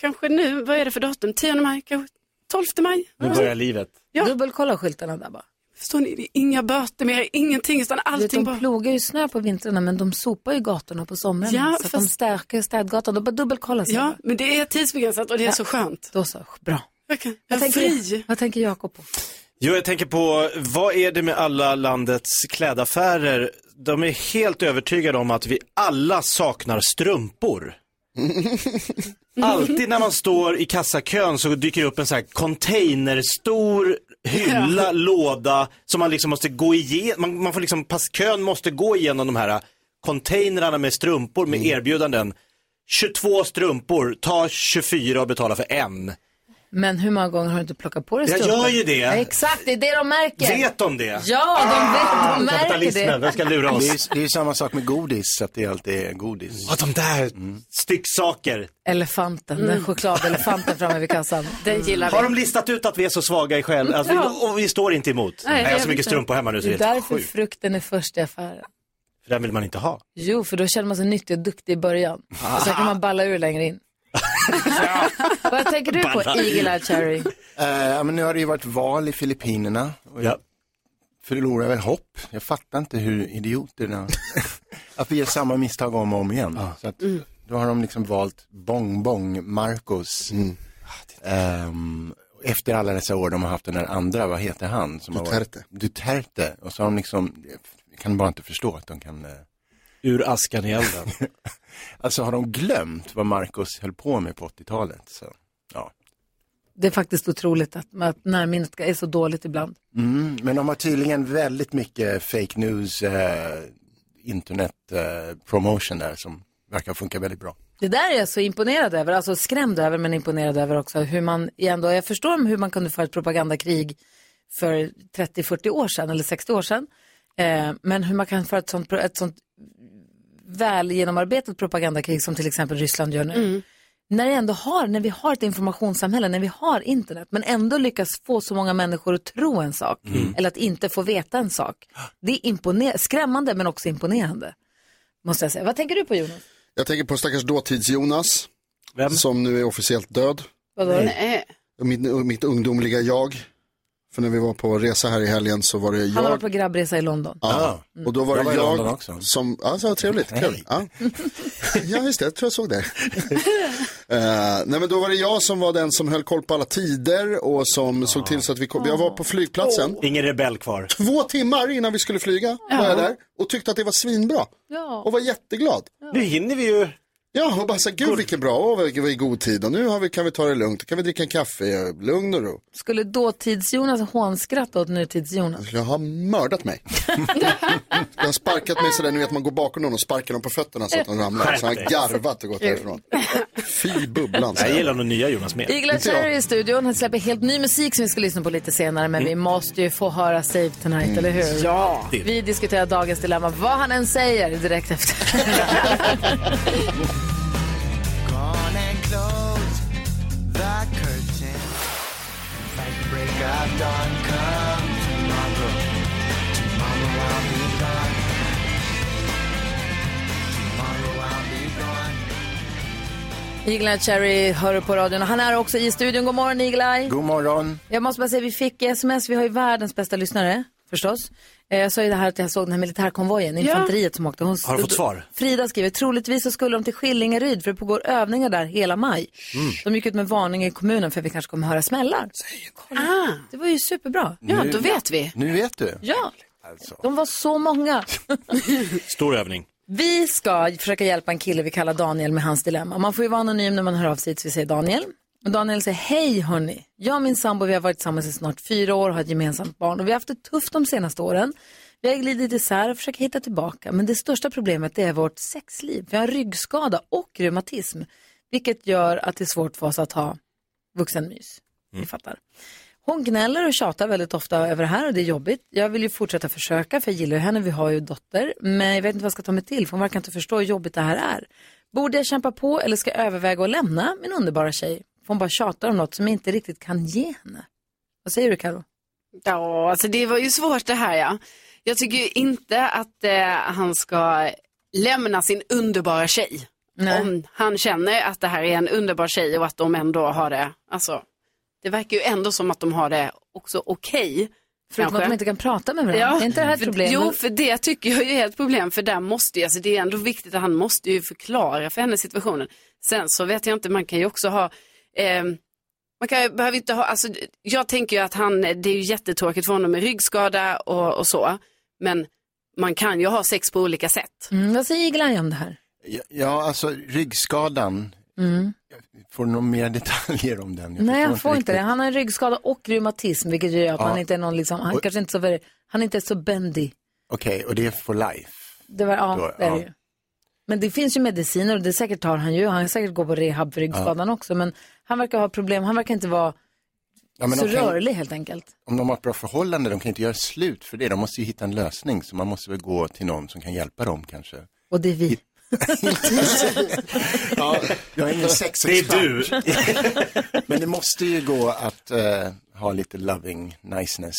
Speaker 2: kanske nu, vad är det för datum? 10 maj, kanske 12 maj?
Speaker 4: Nu börjar livet.
Speaker 1: Dubbelkolla skyltarna där bara.
Speaker 2: Förstår ni, det är inga böter mer, ingenting, utan
Speaker 1: Vet,
Speaker 2: allting
Speaker 1: de
Speaker 2: bara...
Speaker 1: plogar ju snö på vintrarna men de sopar ju gatorna på somrarna.
Speaker 2: Ja,
Speaker 1: så att de
Speaker 2: fast-
Speaker 1: stärker städgatan. De bara dubbelkollar sig.
Speaker 2: Ja, men det är tidsbegränsat och det är
Speaker 1: Ja.
Speaker 2: så skönt.
Speaker 1: Då så, bra.
Speaker 2: Jag, kan,
Speaker 1: Vad
Speaker 2: jag är
Speaker 1: tänker,
Speaker 2: fri.
Speaker 1: vad tänker Jakob på?
Speaker 4: Jo, jag tänker på, vad är det med alla landets klädaffärer? De är helt övertygade om att vi alla saknar strumpor. Alltid när man står i kassakön så dyker det upp en sån här containerstor hylla, låda som man liksom måste gå igenom. Man, man får liksom, pass, kön måste gå igenom de här containrarna med strumpor med erbjudanden. 22 strumpor, ta 24 och betala för en.
Speaker 1: Men hur många gånger har du inte plockat på dig
Speaker 4: Jag
Speaker 1: strumpor?
Speaker 4: gör ju det.
Speaker 1: Ja, Exakt, det är det de märker.
Speaker 4: Vet Ah, de det?
Speaker 1: Ja, de vet, de märker
Speaker 4: Kapitalismen,
Speaker 1: det.
Speaker 4: den ska lura
Speaker 10: Det
Speaker 4: oss.
Speaker 10: är, det är samma sak med godis, att det alltid är godis. Mm.
Speaker 4: Ja, de där stycksaker.
Speaker 1: Elefanten,
Speaker 2: Mm.
Speaker 1: den chokladelefanten framme vid kassan.
Speaker 2: Den gillar vi.
Speaker 4: Har de listat ut att vi är så svaga i själ? Alltså, vi, och vi står inte emot.
Speaker 2: Nej,
Speaker 4: Nej, jag har
Speaker 2: jag
Speaker 4: så
Speaker 2: vet
Speaker 4: mycket
Speaker 2: inte.
Speaker 4: strumpor hemma nu så
Speaker 1: Det är
Speaker 4: det är helt
Speaker 1: därför
Speaker 4: sjukt.
Speaker 1: frukten är först i affären.
Speaker 4: För den vill man inte ha.
Speaker 1: Jo, för då känner man sig nyttig och duktig i början. Och sen kan man balla ur längre in. Vad tänker du på,
Speaker 10: Balla ur.
Speaker 1: Eagle-Eye Cherry?
Speaker 10: Eh, ja, men nu har det ju varit val i Filippinerna. Och jag förlorar väl hopp. Jag fattar inte hur idioterna... att vi gör samma misstag om och om igen. Så att,
Speaker 1: Mm.
Speaker 10: Då har de liksom valt Bong Bong Marcos.
Speaker 4: Mm. Ah,
Speaker 10: Ehm, efter alla dessa år de har haft den där andra, vad heter han? Som
Speaker 6: Duterte.
Speaker 10: Har varit, Duterte. Och så har de liksom, jag kan bara inte förstå att de kan... eh,
Speaker 4: Ur askan i elden.
Speaker 10: Alltså har de glömt vad Marcos höll på med på 80-talet? Så, ja.
Speaker 1: Det är faktiskt otroligt att, att närminnet är så dåligt ibland.
Speaker 10: Mm, men de har tydligen väldigt mycket fake news, eh, internet eh, promotion där som verkar funka väldigt bra.
Speaker 1: Det där är jag så imponerad över, alltså skrämd över men imponerad över också. Hur man ändå, jag förstår hur man kunde föra ett propagandakrig för 30-40 år sedan eller 60 år sedan. Eh, men hur man kan föra ett sånt, pro- ett sånt väl genomarbetat propagandakrig som till exempel Ryssland gör nu. När, det ändå har, när vi har ett informationssamhälle, när vi har internet, men ändå lyckas få så många människor att tro en sak eller att inte få veta en sak. Det är imponer- skrämmande men också imponerande. Måste jag säga. Vad tänker du på Jonas?
Speaker 6: Jag tänker på stackars dåtids-Jonas.
Speaker 4: Vem?
Speaker 6: Som nu är officiellt död.
Speaker 1: Vadå?
Speaker 6: Nej. Och Mitt, och mitt ungdomliga jag. För när vi var på resa här i helgen så var det
Speaker 1: Han har
Speaker 6: jag.
Speaker 1: varit på grabbresa i London.
Speaker 6: Ja. Och då var
Speaker 10: Ah. Jag
Speaker 6: det
Speaker 10: var i
Speaker 6: jag,
Speaker 10: London också.
Speaker 6: som, ja så trevligt, kul. Ja. ja just det, jag tror jag såg det. Eh, nej men då var det jag som var den som höll koll på alla tider och som
Speaker 10: Ah.
Speaker 6: såg till så att vi kom, jag var på flygplatsen.
Speaker 4: Ingen rebell kvar.
Speaker 6: Två timmar innan vi skulle flyga var jag där och tyckte att det var svinbra.
Speaker 1: Ja.
Speaker 6: Och var jätteglad.
Speaker 4: Nu hinner vi ju.
Speaker 6: Ja, och bara så här, gud vilken bra, åh vad- vad i god tid och nu har vi, kan vi ta det lugnt, då kan vi dricka en kaffe, lugn och ro.
Speaker 1: Skulle dåtids-Jonas hånskratta åt nutids-Jonas?
Speaker 6: Jag har mördat mig. Jag har sparkat mig sådär, ni vet man går bakom någon och sparkar dem på fötterna så att de ramlar. Så han har
Speaker 4: Skärp
Speaker 6: garvat och gått
Speaker 1: Kul.
Speaker 6: därifrån. Fy bubblan.
Speaker 4: Jag gillar nog nya Jonas mer.
Speaker 1: Igla Cherry i studion. Han släpper helt ny musik som vi ska lyssna på lite senare. Men vi måste ju få höra Save Tonight, eller hur?
Speaker 2: Ja.
Speaker 1: Vi diskuterar dagens dilemma, vad han än säger, direkt efter. Igla Cherry hör du på radion och han är också i studion. God morgon Igla.
Speaker 10: God morgon.
Speaker 1: Jag måste bara säga, vi fick sms, vi har ju världens bästa lyssnare, förstås. Eh, Jag sa ju det här att jag såg den här militärkonvojen, infanteriet som åkte. Hon,
Speaker 4: Har du fått svar?
Speaker 1: Frida skriver, troligtvis så skulle de till Skillingaryd för det pågår övningar där hela maj. De gick ut med varning i kommunen för att vi kanske kommer höra smällar.
Speaker 2: Ah,
Speaker 1: Det var ju superbra.
Speaker 2: ja,
Speaker 10: Nu-
Speaker 2: då vet vi.
Speaker 10: Nu vet du.
Speaker 1: Ja,
Speaker 10: Alltså.
Speaker 1: de var så många.
Speaker 4: Stor övning.
Speaker 1: Vi ska försöka hjälpa en kille vi kallar Daniel med hans dilemma. Man får ju vara anonym när man hör av sig så vi säger Daniel. Och Daniel säger, hej hörni, jag och min sambo vi har varit tillsammans i snart fyra år och har ett gemensamt barn och vi har haft det tufft de senaste åren. Vi har glidit isär och försöker hitta tillbaka men det största problemet det är vårt sexliv. Vi har ryggskada och reumatism vilket gör att det är svårt för oss att ha vuxenmys.
Speaker 4: Mm.
Speaker 1: Ni fattar. Hon gnäller och tjatar väldigt ofta över det här och det är jobbigt. Jag vill ju fortsätta försöka för jag gillar ju henne, vi har ju dotter. Men jag vet inte vad jag ska ta mig till för hon verkar inte förstå hur jobbigt det här är. Borde jag kämpa på eller ska jag överväga att lämna min underbara tjej? För hon bara tjatar om något som jag inte riktigt kan ge henne. Vad säger du Karo?
Speaker 2: Ja, alltså det var ju svårt det här ja. Jag tycker ju inte att eh, han ska lämna sin underbara tjej.
Speaker 1: Nej.
Speaker 2: Om han känner att det här är en underbar tjej och att de ändå har det, alltså det verkar ju ändå som att de har det också okej.
Speaker 1: Förutom
Speaker 2: kanske.
Speaker 1: att man inte kan prata med varandra. Är inte det här ett
Speaker 2: för,
Speaker 1: problem?
Speaker 2: Jo, för det tycker jag ju är ett problem. För där måste ju, alltså det är ändå viktigt att han måste ju förklara för henne situationen. Sen så vet jag inte, man kan ju också ha, eh, man kan, behöver inte ha, alltså jag tänker ju att han, det är ju jättetråkigt för honom med ryggskada och, och så. Men man kan ju ha sex på olika sätt.
Speaker 1: Mm, vad säger Glenn om det här?
Speaker 10: Ja, alltså ryggskadan.
Speaker 1: Mm.
Speaker 10: Får du några mer detaljer om den?
Speaker 1: Nej,
Speaker 10: förstår
Speaker 1: han får inte det.
Speaker 10: riktigt.
Speaker 1: Han har en ryggskada och reumatism vilket gör att
Speaker 10: Ja.
Speaker 1: han inte är någon, liksom, han
Speaker 10: Och-
Speaker 1: kanske inte är så, very- han är inte så bendy.
Speaker 10: Okej, och det är for life.
Speaker 1: Det var, ja,
Speaker 10: Då-
Speaker 1: det är det
Speaker 10: ja.
Speaker 1: ju. Men det finns ju mediciner och det säkert tar han ju. Han säkert går på rehab för ryggskadan också. Men han verkar ha problem. Han verkar inte vara
Speaker 10: Ja,
Speaker 1: så
Speaker 10: de kan,
Speaker 1: rörlig helt enkelt.
Speaker 10: om de har ett bra förhållande, de kan inte göra slut för det. De måste ju hitta en lösning, så man måste väl gå till någon som kan hjälpa dem kanske.
Speaker 1: Och det är vi.
Speaker 10: Ja, jag är ingen
Speaker 4: Det är
Speaker 10: sexexpert.
Speaker 4: du.
Speaker 10: Men det måste ju gå att eh, ha lite loving niceness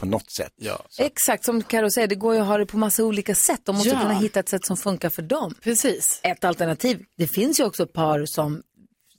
Speaker 10: på något sätt. Ja.
Speaker 1: Exakt, som Karo säger, det går ju att ha det på massa olika sätt. De måste
Speaker 2: Ja.
Speaker 1: kunna hitta ett sätt som funkar för dem.
Speaker 2: Precis.
Speaker 1: Ett alternativ, det finns ju också par som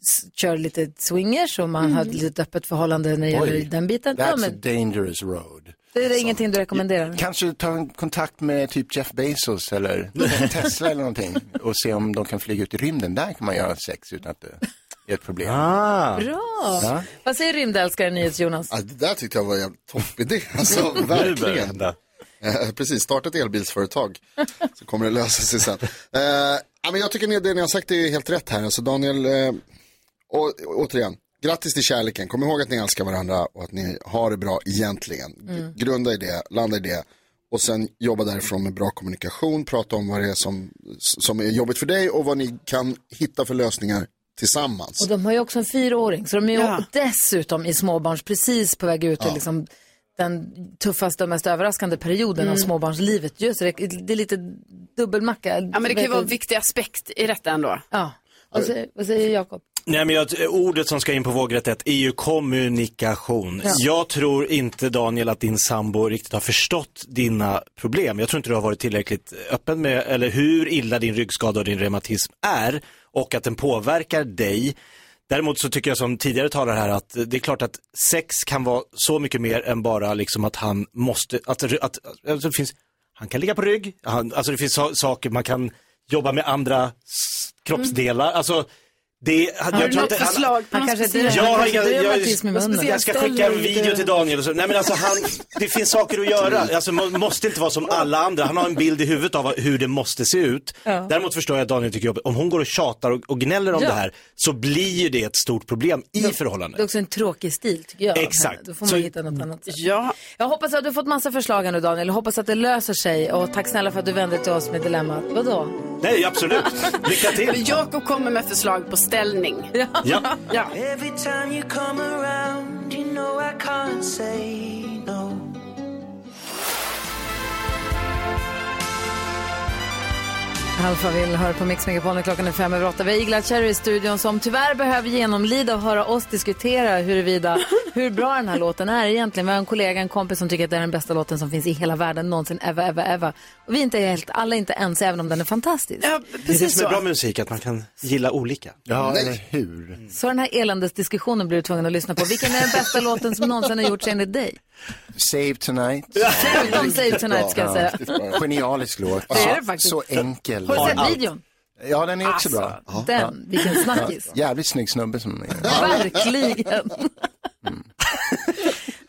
Speaker 1: s- kör lite swingers och man har ett litet öppet förhållande när det
Speaker 10: Mm. Oj.
Speaker 1: gäller den biten.
Speaker 10: That's
Speaker 1: Ja,
Speaker 10: a
Speaker 1: men
Speaker 10: dangerous road.
Speaker 1: det är ingenting du rekommenderar.
Speaker 10: Kanske ta en kontakt med typ Jeff Bezos eller Tesla eller någonting och se om de kan flyga ut i rymden. Där kan man göra sex utan att det är ett problem.
Speaker 4: Ah.
Speaker 1: Bra!
Speaker 10: Ja.
Speaker 1: Vad säger rymdälskaren NyhetsJonas?
Speaker 6: Ja, det där tyckte jag var en jävla toppidé, alltså verkligen. Eh, Precis, starta ett elbilsföretag så kommer det lösa sig sen. Eh, ja, men jag tycker ni- det ni har sagt är helt rätt här. Alltså Daniel, eh, å, återigen, grattis till kärleken. Kom ihåg att ni älskar varandra och att ni har det bra egentligen. Mm. Grunda i det, landa i det och sen jobba därifrån med bra kommunikation. Prata om vad det är som, som är jobbigt för dig och vad ni kan hitta för lösningar tillsammans.
Speaker 1: Och de har ju också en fyraåring, så de är ju
Speaker 2: Ja.
Speaker 1: dessutom i småbarns precis på väg ut i liksom den tuffaste och mest överraskande perioden
Speaker 2: Mm.
Speaker 1: av småbarnslivet. Just det, det är lite dubbelmacka.
Speaker 2: Ja, men det kan ju vara en viktig aspekt i detta ändå.
Speaker 1: Ja. Vad säger, vad säger
Speaker 2: Alltså-
Speaker 1: Jakob?
Speaker 4: Nej, men jag, ordet som ska in på vågrätt ett är ju kommunikation.
Speaker 1: Ja.
Speaker 4: Jag tror inte Daniel att din sambo riktigt har förstått dina problem. Jag tror inte du har varit tillräckligt öppen med eller hur illa din ryggskada och din reumatism är och att den påverkar dig. Däremot så tycker jag som tidigare talare här att det är klart att sex kan vara så mycket mer än bara liksom att han måste, att, att, att alltså det finns, han kan ligga på rygg, han, alltså det finns sa- saker man kan jobba med andra s- kroppsdelar, alltså det,
Speaker 3: Har du något förslag på
Speaker 1: Han
Speaker 3: något
Speaker 1: kanske
Speaker 3: speciellt?
Speaker 4: jag, har inga,
Speaker 3: Det är
Speaker 4: jag,
Speaker 3: reumatism i
Speaker 4: jag,
Speaker 3: munnen.
Speaker 4: ska skicka en video till Daniel. Och så. Nej, men alltså, han, det finns saker att göra. Alltså, man måste inte vara som alla andra. Han har en bild i huvudet av hur det måste se ut.
Speaker 3: Ja.
Speaker 4: Däremot förstår jag att Daniel tycker jobbigt. Om hon går och tjatar och, och gnäller om
Speaker 1: Ja.
Speaker 4: det här så blir ju det ett stort problem i förhållandet.
Speaker 1: Det är också en tråkig stil tycker jag. av
Speaker 4: Exakt.
Speaker 1: henne. Då får man
Speaker 4: Så-
Speaker 1: hitta något annat sätt. Ja. Jag hoppas att du har fått massa förslag här nu Daniel. Jag hoppas att det löser sig. Och tack snälla för att du vände dig till oss med dilemmat. Vadå?
Speaker 4: Nej, absolut. Lycka
Speaker 2: Men
Speaker 4: till.
Speaker 2: Jakob kommer med förslag på ställning.
Speaker 4: Ja.
Speaker 2: ja.
Speaker 11: Every time you come around, you know I can't say no.
Speaker 1: Alfa vill höra på Mix Megapol när klockan är fem över åtta. Vi har Igla Cherry i studion som tyvärr behöver genomlida och höra oss diskutera huruvida hur bra den här låten är egentligen. Vi har en kollega, en kompis som tycker att det är den bästa låten som finns i hela världen någonsin, Eva, Eva, Eva. Och vi är inte helt, alla är inte ens även om den är fantastisk.
Speaker 4: Det är det som är bra med musik, att man kan gilla olika.
Speaker 10: Ja, eller hur?
Speaker 1: Så den här eländesdiskussionen blir du tvungen att lyssna på. Vilken är den bästa låten som någonsin har gjorts enligt dig?
Speaker 10: Save Tonight.
Speaker 1: Förutom Save Tonight ska jag
Speaker 10: Ja,
Speaker 1: säga.
Speaker 10: riktigt bra. Genialisk låt.
Speaker 1: Det är det
Speaker 10: Så-
Speaker 1: faktiskt.
Speaker 10: Så enkel.
Speaker 1: Har du sett videon?
Speaker 10: Ja, den är också
Speaker 1: Alltså,
Speaker 10: bra. Ja.
Speaker 1: den. Vilken snackis.
Speaker 10: Ja, jävligt snygg snubbe som är.
Speaker 1: Verkligen.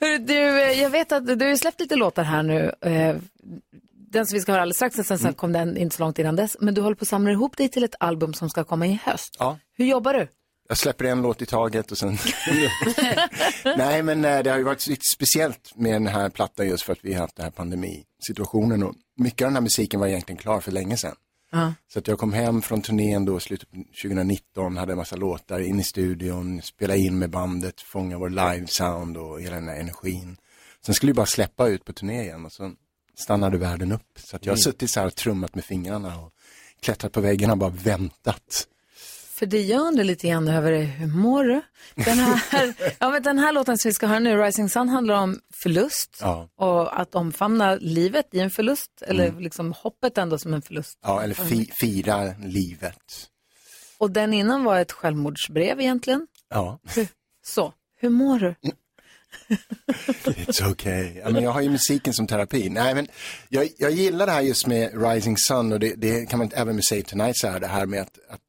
Speaker 1: Hörru, du, eh, jag vet att du har ju släppt lite låtar här nu. eh, Den som vi ska höra alldeles strax, och sen, sen kom den inte så långt innan dess. Men du håller på att samla ihop dig till ett album som ska komma i höst.
Speaker 10: Ja.
Speaker 1: Hur jobbar du?
Speaker 10: Jag släpper en låt i taget och sen... Nej, men eh, det har ju varit lite speciellt med den här plattan just för att vi har haft den här pandemisituationen och mycket av den här musiken var egentligen klar för länge sedan.
Speaker 1: Ja.
Speaker 10: Så att jag kom hem från turnén då i slutet på 2019, hade en massa låtar in i studion, spela in med bandet, fånga vår live-sound och hela den här energin. Sen skulle vi bara släppa ut på turné igen och så stannade världen upp. Så att jag har
Speaker 4: Mm.
Speaker 10: suttit så här och trummat med fingrarna och klättrat på väggarna och bara väntat.
Speaker 1: För det jag undrar lite grann över är, hur mår du? Den här, ja, men den här låten som vi ska höra nu, Rising Sun, handlar om förlust.
Speaker 10: Ja.
Speaker 1: Och att omfamna livet i en förlust, eller liksom hoppet ändå som en förlust.
Speaker 10: Ja, eller fi, fira livet.
Speaker 1: Och den innan var ett självmordsbrev egentligen.
Speaker 10: Ja,
Speaker 1: Så, hur mår du?
Speaker 10: it's okay. Ja, men jag har ju musiken som terapi. Nej, men jag, jag gillar det här just med Rising Sun och det, det kan man även med Save Tonight så här, det här med att, att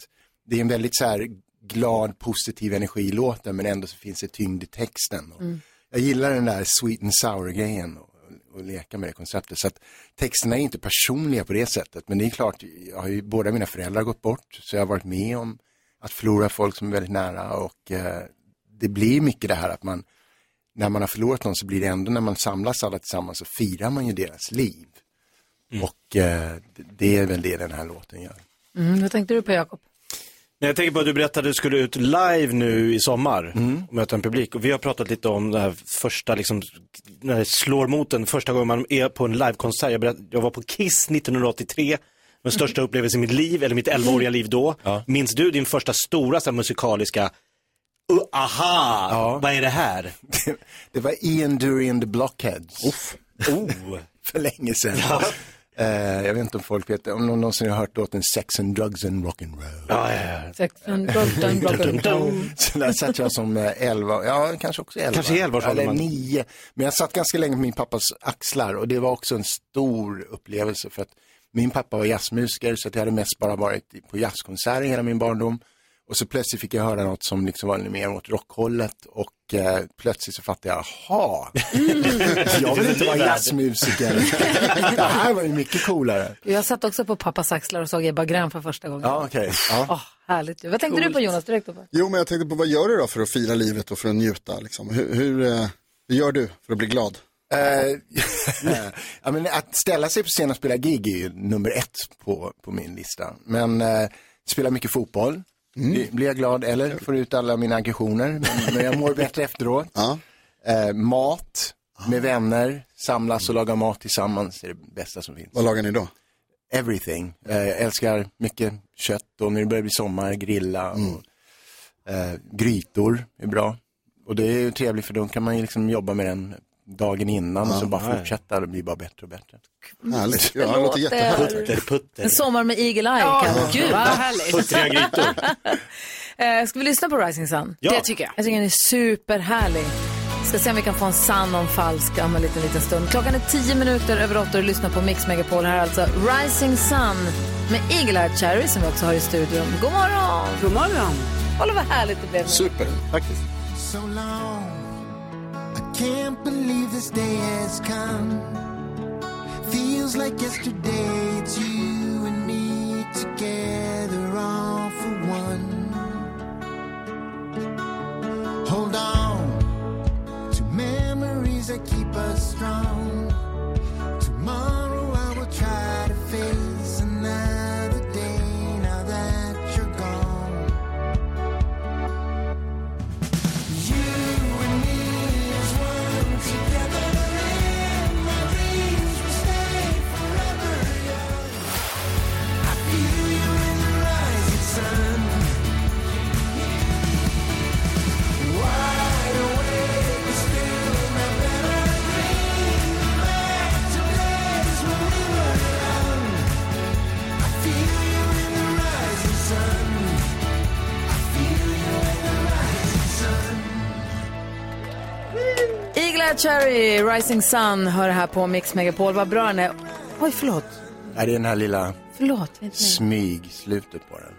Speaker 10: det är en väldigt så här glad, positiv energi i låten men ändå så finns det tyngd i texten. Och Jag gillar den där sweet and sour-grejen och, och leka med det konceptet. Så att texterna är inte personliga på det sättet. Men det är klart, jag har ju, båda mina föräldrar har gått bort så jag har varit med om att förlora folk som är väldigt nära och eh, det blir mycket det här att man när man har förlorat någon så blir det ändå när man samlas alla tillsammans så firar man ju deras liv. Och eh, det- det är väl det den här låten gör.
Speaker 1: Mm, vad tänkte du på Jakob?
Speaker 4: Nej, Jag tänker på att du berättade att du skulle ut live nu i sommar och möta en publik. Och vi har pratat lite om det här första, liksom, när det slår mot en första gången man är på en livekonsert. Jag, berätt- jag var på Kiss 1983, den största upplevelsen i mitt liv, eller mitt 11-åriga liv då. Minns du din första stora så här, musikaliska, uh, aha, vad är det här?
Speaker 10: Det var Ian Dury and the Blockheads.
Speaker 4: Oh.
Speaker 10: För länge sedan. Eh, jag vet inte om folk vet, om någon någonsin har hört låten Sex and Drugs and Rock'n'Roll.
Speaker 4: Ja, ja, ja.
Speaker 10: Så där satt jag som eh, 11, ja kanske också 11.
Speaker 4: Kanske 11 års ålder,
Speaker 10: Eller
Speaker 4: men-
Speaker 10: 9. Men jag satt ganska länge på min pappas axlar och det var också en stor upplevelse för att min pappa var jazzmusiker så att jag hade mest bara varit i- på jazzkonserter hela min barndom. Och så plötsligt fick jag höra något som liksom var lite mer åt rockhållet och eh, plötsligt så fattade jag, jaha, jag vill inte vara jazzmusiker. det här var ju mycket coolare.
Speaker 1: Jag satt också på pappas axlar och såg Ebba Grön för första gången.
Speaker 10: Ja, okej. Ah. Ja.
Speaker 1: Åh, härligt. Vad tänkte du på
Speaker 6: Coolt.
Speaker 1: Jonas direkt? Då?
Speaker 6: Jo, men jag tänkte på vad gör du då för att fira livet och för att njuta? Liksom? Hur, hur, eh, hur gör du för att bli glad?
Speaker 10: Eh, ja, men att ställa sig på scen och spela gig är ju nummer ett på, på min lista. Men eh, spela mycket fotboll,
Speaker 6: Mm.
Speaker 10: Bli- blir jag glad eller får ut alla mina aggressioner. Men, men jag mår bättre efteråt. Eh, mat med vänner, samlas och laga mat tillsammans är det bästa som finns.
Speaker 6: Vad lagar ni då?
Speaker 10: Everything. Eh, jag älskar mycket kött och när det börjar bli sommar, grilla.
Speaker 6: Mm.
Speaker 10: Och, eh, grytor är bra. Och det är ju trevligt för då kan man ju liksom jobba med den dagen innan och
Speaker 6: Ja,
Speaker 10: så bara
Speaker 6: nej.
Speaker 10: fortsätta. Det blir bara bättre och bättre.
Speaker 6: Härligt. Ja, det låter jättehärligt.
Speaker 10: Putter,
Speaker 1: En
Speaker 10: putter.
Speaker 1: sommar med Eagle Eye. kanske. Gud, vad
Speaker 10: Puttriga
Speaker 1: härligt.
Speaker 10: grytor.
Speaker 1: Eh, Ska vi lyssna på Rising Sun?
Speaker 5: Ja. Det tycker jag.
Speaker 1: Jag tycker den är superhärlig. Ska se om vi kan få en sann om falsk om en liten, liten stund. Klockan är tio minuter över åtta och du lyssnar på Mix Megapol. Här är alltså Rising Sun med Eagle Eye Cherry som vi också har i studion. God morgon!
Speaker 2: God morgon!
Speaker 1: Kolla vad härligt det blev. nu.
Speaker 6: Super, faktiskt.
Speaker 3: So long. I can't believe this day has come. Feels like yesterday. It's you and me together, all for one. Hold on to memories that keep us strong. Tomorrow I will try to face another day now that you're gone. You and me as one together, and my dreams will stay forever young. I feel you in the rising sun. Wide awake, but still not better. Dreaming back to days when we were young. I feel you in the rising sun. I feel you in the rising sun.
Speaker 1: Eagle Eye Cherry, Rising Sun, hör här på Mix Megapol. Vad bra den är. Oj, förlåt.
Speaker 10: Ja, det är den här lilla
Speaker 1: Förlåt. vet ni.
Speaker 10: smygslutet på den.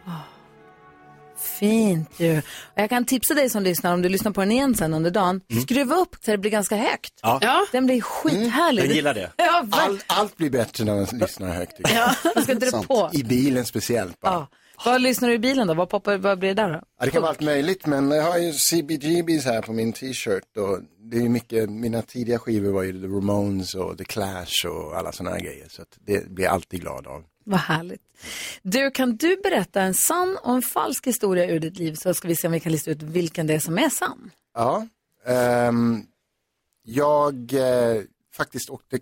Speaker 1: Fint ju. Och jag kan tipsa dig som lyssnar, om du lyssnar på den igen sen under dagen,
Speaker 10: Mm.
Speaker 1: skruva upp så det blir ganska högt.
Speaker 10: Ja. Mm.
Speaker 1: Den blir skithärlig. Ja,
Speaker 10: All,
Speaker 1: verkligen.
Speaker 10: allt blir bättre när man lyssnar högt. tycker jag.
Speaker 1: Man ska dra på.
Speaker 10: I bilen speciellt. Bara.
Speaker 1: Ja. Vad lyssnar du i bilen då? Vad, poppar, vad blir det där då?
Speaker 10: Ja, det kan vara allt möjligt, men jag har ju CBGBs här på min t-shirt och det är ju mycket, mina tidiga skivor var ju The Ramones och The Clash och alla sådana här grejer, så att det blir jag alltid glad av.
Speaker 1: Vad härligt. Du, kan du berätta en sann och en falsk historia ur ditt liv så ska vi se om vi kan lista ut vilken det är som är sann.
Speaker 10: Ja, ehm, jag eh, faktiskt åkte eh,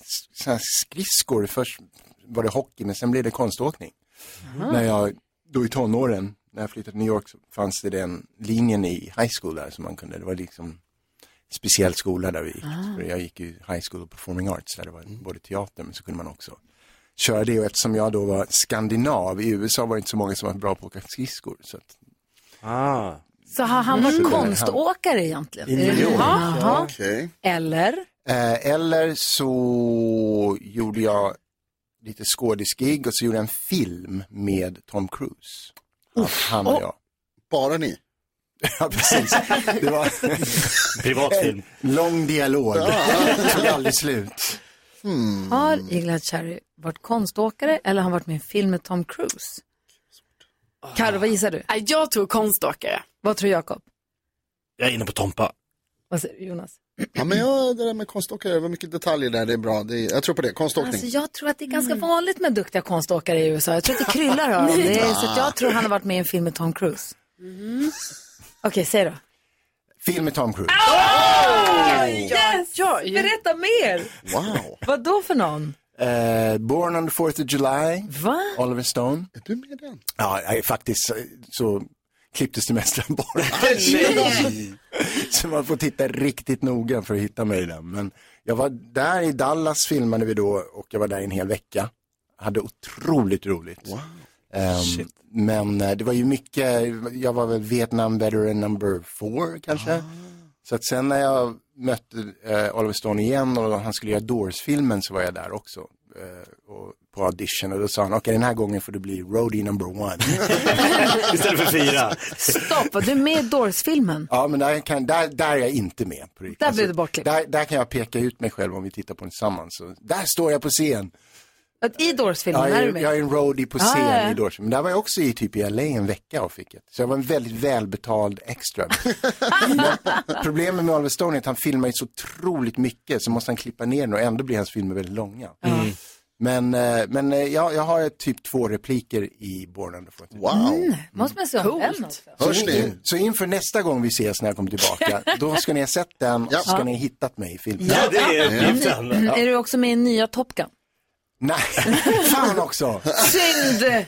Speaker 10: s- såna här skridskor, först var det hockey men sen blev det konståkning.
Speaker 12: Aha.
Speaker 10: När jag, då i tonåren, när jag flyttade till New York så fanns det den linjen i high school där som man kunde, det var liksom speciell skola där vi gick.
Speaker 12: Ah.
Speaker 10: För Jag gick ju high school och performing arts där det var både teater men så kunde man också köra det och eftersom jag då var skandinav, i USA var det inte så många som var bra på att åka skridskor. Så att...
Speaker 1: Så har han varit
Speaker 10: Mm.
Speaker 1: konståkare egentligen?
Speaker 10: I New York.
Speaker 1: Jaha.
Speaker 10: Okej.
Speaker 1: Eller?
Speaker 10: Eh, Eller så gjorde jag lite skådisgig och så gjorde jag en film med Tom Cruise. han och jag.
Speaker 6: Bara ni?
Speaker 10: ja, precis. Det var
Speaker 4: Privatfilm.
Speaker 10: en lång dialog. Det tog aldrig slut.
Speaker 1: Har Eagle Cherry varit konståkare eller har han varit med i en film med Tom Cruise? Carro, vad gissar du?
Speaker 2: Äh, Jag tror konståkare.
Speaker 1: Vad tror Jakob?
Speaker 4: Jag är inne på Tompa.
Speaker 1: Vad säger Jonas?
Speaker 6: Ja, men jag, det där med konståkare, det var mycket detaljer där, det är bra. Det är, jag tror på det, konståkning.
Speaker 1: Alltså, jag tror att det är ganska vanligt med duktiga konståkare i USA. Jag tror att det kryllar av dem. Det är, så att jag tror han har varit med i en film med Tom Cruise. Mm. Okej, säg då.
Speaker 10: Film med Tom Cruise.
Speaker 1: Yes! Berätta mer!
Speaker 10: Wow.
Speaker 1: Vad då för någon?
Speaker 10: Eh, Born on the 4th of July.
Speaker 1: Va?
Speaker 10: Oliver Stone.
Speaker 6: Är du med i den?
Speaker 10: Ja, eh, faktiskt eh, så klipptes det mesta bort. Så man får titta riktigt noga för att hitta mig i den. Men jag var där i Dallas filmade vi då och jag var där i en hel vecka. Hade otroligt roligt. Ehm, men eh, det var ju mycket, jag var väl Vietnam veteran number four kanske.
Speaker 6: Ah.
Speaker 10: Så att sen när jag mötte eh, Oliver Stone igen och han skulle göra Doors-filmen så var jag där också. Eh, och på audition och då sa han, okej den här gången får du bli roadie number one.
Speaker 4: Istället för fyra.
Speaker 1: Stopp, var du med i Doors-filmen?
Speaker 10: Ja, men där, kan, där, där är jag inte med. På riktigt. Alltså,
Speaker 1: Där blev det bortklippt.
Speaker 10: Där, där kan jag peka ut mig själv om vi tittar på den tillsammans. Så, där står jag på scen.
Speaker 1: Att I Doors-filmen
Speaker 10: jag,
Speaker 1: är du
Speaker 10: är,
Speaker 1: med?
Speaker 10: jag är en roadie på
Speaker 4: Ah,
Speaker 1: Ja,
Speaker 10: scen
Speaker 1: ja, ja.
Speaker 10: i Doors. Men där var jag också i typ i LA en vecka och fick ett. Så jag var en väldigt välbetald extra. Men Problemet med Oliver Stone är att han filmar ju så otroligt mycket så måste han klippa ner den och ändå blir hans filmer väldigt långa.
Speaker 4: Mm.
Speaker 10: Men, eh, men eh, jag, jag har typ två repliker i Born Under Wow.
Speaker 4: Mm.
Speaker 1: Måste man se om den också?
Speaker 10: Hörs ni? Så inför nästa gång vi ses när jag kommer tillbaka, då ska ni ha sett den och så ska
Speaker 1: Ja.
Speaker 10: ni ha hittat mig i filmen.
Speaker 4: Ja, det är uppgiften.
Speaker 10: Ja.
Speaker 1: Mm. Är du också med i nya Top Gun?
Speaker 10: Nej, fan också.
Speaker 1: Synd!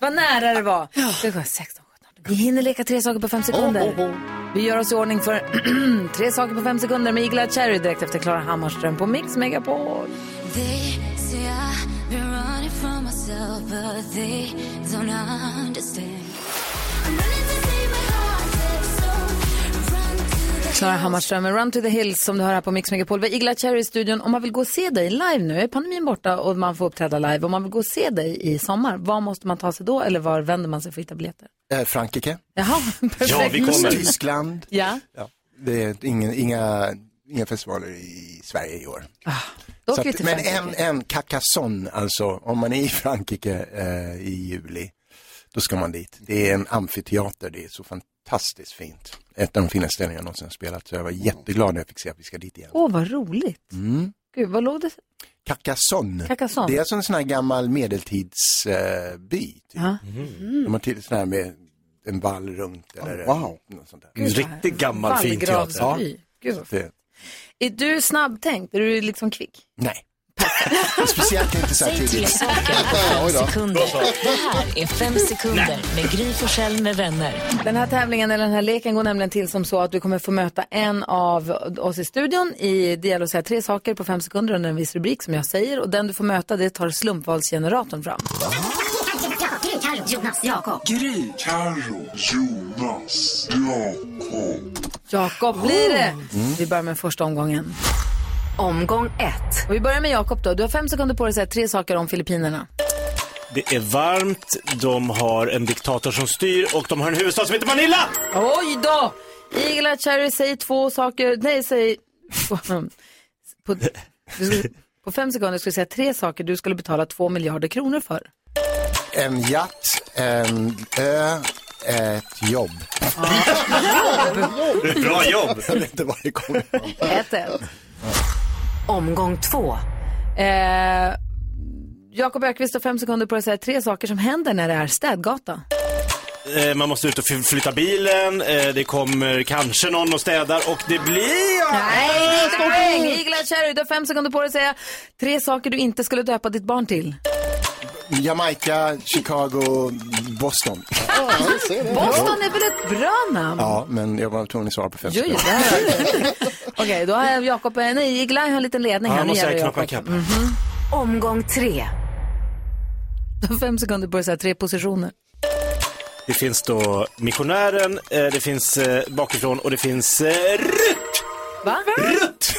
Speaker 1: Vad nära det var. Det var 16, 17, 18. Vi hinner leka tre saker på fem sekunder. Vi gör oss i ordning för tre saker på fem sekunder med Igla Cherry direkt efter Klara Hammarström på Mix Megapol.
Speaker 3: They say I've been running from myself, but they don't understand.
Speaker 1: Klara Hammarström med Run to the Hills som du hör här på Mix Megapol. Vi har Igla Cherry i studion. Om man vill gå och se dig live nu, är pandemin borta och man får uppträda live. Om man vill gå och se dig i sommar, var måste man ta sig då eller var vänder man sig för att hitta biljetter?
Speaker 10: Eh, Frankrike.
Speaker 1: Jaha, perfekt. Mm.
Speaker 10: Tyskland.
Speaker 1: Ja.
Speaker 10: Det är ingen, inga, inga festivaler i Sverige i år.
Speaker 1: Ah, då
Speaker 10: Så
Speaker 1: åker vi till
Speaker 10: men en,
Speaker 1: Frankrike.
Speaker 10: en kakasson, alltså om man är i Frankrike eh, i juli, då ska man dit. Det är en amfiteater, det är så fantastiskt fint. Ett av de finaste ställen jag någonsin har spelat, så jag var jätteglad när jag fick se att vi ska dit igen.
Speaker 1: Åh, vad roligt.
Speaker 10: Mm.
Speaker 1: Gud, vad låg det?
Speaker 10: Kakasson.
Speaker 1: Kakasson.
Speaker 10: Det är alltså en sån här gammal medeltidsby. Eh, by.
Speaker 1: Ja.
Speaker 10: De har till sån här med en vall runt eller
Speaker 4: wow.
Speaker 10: något sånt där.
Speaker 4: En Gud, riktigt gammal fin teater.
Speaker 1: Vallgravsby. Gud,
Speaker 10: Så
Speaker 1: vad
Speaker 10: att det,
Speaker 1: Är du snabbtänkt? Är du liksom kvick?
Speaker 10: nej. Speciellt inte så här
Speaker 7: Säg tre
Speaker 10: tidigt.
Speaker 7: saker på fem
Speaker 10: Oj då.
Speaker 7: sekunder. Det här är fem sekunder med Gry Forssell med vänner.
Speaker 1: Den här tävlingen, eller den här leken, går nämligen till som så att du kommer få möta en av oss i studion i det gäller att säga tre saker på fem sekunder under en viss rubrik som jag säger. Och den du får möta, det tar slumpvalsgeneratorn fram.
Speaker 3: Gry, Carro, Jonas, Jakob.
Speaker 1: Gry.
Speaker 3: Carro, Jonas, Jakob.
Speaker 1: Jakob blir det. Vi börjar med första omgången. Oh. Omgång ett. Och vi börjar med Jakob då. Du har fem sekunder på dig att säga tre saker om Filippinerna.
Speaker 4: Det är varmt, de har en diktator som styr och de har en huvudstad som heter Manila!
Speaker 1: Oj då! Igla Cherry, säg två saker. Nej, säg... På, på, du skulle, på fem sekunder skulle jag säga tre saker du skulle betala två miljarder kronor för.
Speaker 10: En jatt, en ö, ett jobb.
Speaker 1: Oh.
Speaker 4: Bra jobb!
Speaker 10: Jag vet inte vad det kommer.
Speaker 1: Ett, ett.
Speaker 5: Omgång två.
Speaker 1: Eh, Jakob Ökvist har fem sekunder på dig att säga tre saker som händer när det är städgata.
Speaker 4: Eh, Man måste ut och fly- flytta bilen, eh, det kommer kanske någon och städar och det blir...
Speaker 1: Nej, det är inte poäng! Igla Cherry, du har fem sekunder på dig att säga tre saker du inte skulle döpa ditt barn till.
Speaker 10: Jamaica, Chicago, Boston.
Speaker 1: Boston är väl ett bra namn?
Speaker 10: Ja, men jag var tvungen att svara på fem
Speaker 1: Jo, jo, det har jag. Okej, då har jag Jakob, eh, nej, Igla har en liten ledning
Speaker 10: Ja,
Speaker 1: här. Nu
Speaker 10: måste
Speaker 1: gäller
Speaker 10: jag
Speaker 1: det
Speaker 10: knappa ikapp.
Speaker 1: Jakob. Mhm.
Speaker 5: Omgång tre.
Speaker 1: Du har fem sekunder på dig att säga tre positioner.
Speaker 4: Det finns då missionären, eh, det finns eh, bakifrån och det finns eh, rutt!
Speaker 1: Va?
Speaker 4: Rutt!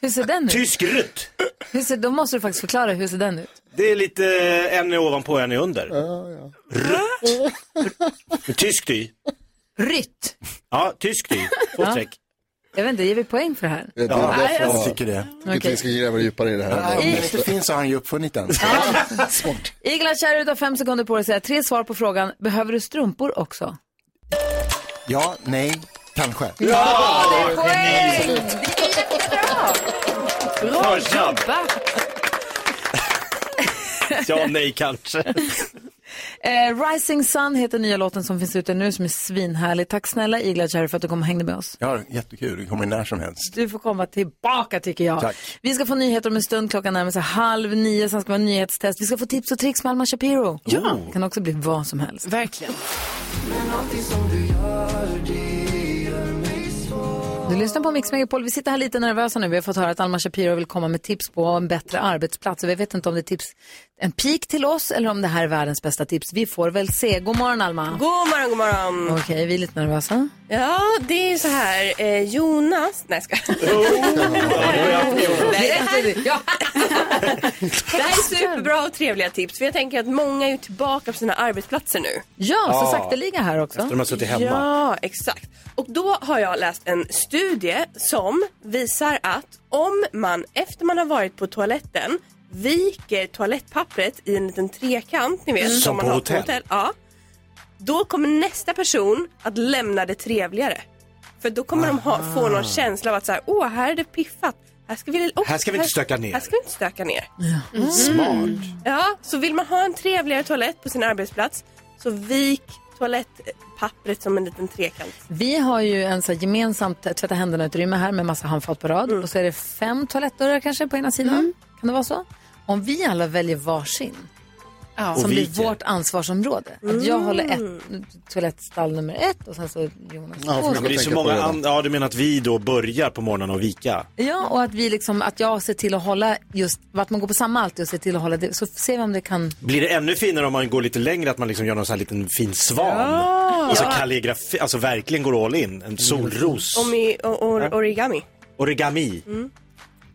Speaker 1: Hur ser den ut?
Speaker 4: Tysk rutt!
Speaker 1: Hur ser, då måste du faktiskt förklara, hur ser den ut?
Speaker 4: Det är lite eh, en är ovanpå en är under. Rutt! Tysk dy.
Speaker 1: Rytt.
Speaker 4: Ja, tysk dy. Två
Speaker 1: Ja.
Speaker 4: streck.
Speaker 1: Jag vet inte, ger vi poäng för det här?
Speaker 6: Det är därför
Speaker 10: jag tycker det.
Speaker 6: Jag tycker vi ska gräva djupare i det här.
Speaker 10: Om det inte finns så har han ju uppfunnit den.
Speaker 1: Igla Cherry, du har fem sekunder på dig att säga tre svar på frågan, behöver du strumpor också?
Speaker 10: Ja, nej, kanske.
Speaker 1: Ja, det är poäng! Det är jättebra! Bra
Speaker 4: Första.
Speaker 1: jobbat!
Speaker 4: Ja, nej kanske.
Speaker 1: Eh, Rising Sun heter nya låten som finns ute nu som är svinhärlig. Tack snälla Igla Cherry för att du kom och hängde med oss.
Speaker 10: Ja, jättekul. Det kommer när som helst.
Speaker 1: Du får komma tillbaka tycker jag.
Speaker 10: Tack.
Speaker 1: Vi ska få nyheter om en stund, klockan närmar sig halv nio, sen ska vi ha nyhetstest. Vi ska få tips och tricks med Alma Shapiro.
Speaker 3: Ja.
Speaker 1: Det kan också bli vad som helst.
Speaker 3: Verkligen.
Speaker 1: Du lyssnar på Mix Megapol. Vi sitter här lite nervösa nu. Vi har fått höra att Alma Shapiro vill komma med tips på en bättre arbetsplats. Och Vi vet inte om det är tips, en pik till oss eller om det här är världens bästa tips. Vi får väl se. God morgon Alma.
Speaker 12: God morgon, god morgon.
Speaker 1: Okej, vi är lite nervösa.
Speaker 12: Ja, det är ju så här. Eh, Jonas... Nej, jag skojar. Nej, Alltså, det, här, ja. det här är superbra och trevliga tips. För jag tänker att många är ju tillbaka på sina arbetsplatser nu.
Speaker 1: Ja, så sakteliga här också.
Speaker 4: Efter de har suttit hemma.
Speaker 12: Ja, exakt. Och då har jag läst en studie som visar att om man efter man har varit på toaletten viker toalettpappret i en liten trekant, ni vet,
Speaker 4: Mm. Som
Speaker 12: man
Speaker 4: på
Speaker 12: har
Speaker 4: hotell.
Speaker 12: Ja. Då kommer nästa person att lämna det trevligare. För då kommer de ha, få någon känsla av att så här, åh, här är det piffat. Här ska vi, oh,
Speaker 4: Ah. Här ska vi inte stöka ner."
Speaker 12: Här ska vi inte stöka ner.
Speaker 4: Mm. Smart.
Speaker 12: Ja, så vill man ha en trevligare toalett på sin arbetsplats så vik toalettpappret som en liten trekant.
Speaker 1: Vi har ju en så här gemensamt tvätta händerna-utrymme här med massa handfat på rad.
Speaker 2: Mm.
Speaker 1: Och så är det fem toalettdörrar kanske på ena sidan. Kan det vara så? Om vi alla väljer varsin, Ja. Som blir vårt ansvarsområde. Att jag håller ett,
Speaker 2: Mm.
Speaker 1: toalettstall nummer ett och sen så Jonas två.
Speaker 4: det blir så många an- ja, du menar att vi då börjar på morgonen och vika?
Speaker 1: Ja, och att, vi liksom, att jag ser till att hålla just, att man går på samma alltid och ser till att hålla det. Så ser vi om det kan...
Speaker 4: Blir det ännu finare om man går lite längre, att man liksom gör någon sån här liten fin svan?
Speaker 12: Ja.
Speaker 4: Alltså
Speaker 12: Ja.
Speaker 4: kalligrafi, alltså verkligen går all in. En solros.
Speaker 12: Omi, o, o, origami.
Speaker 4: Origami.
Speaker 12: Mm.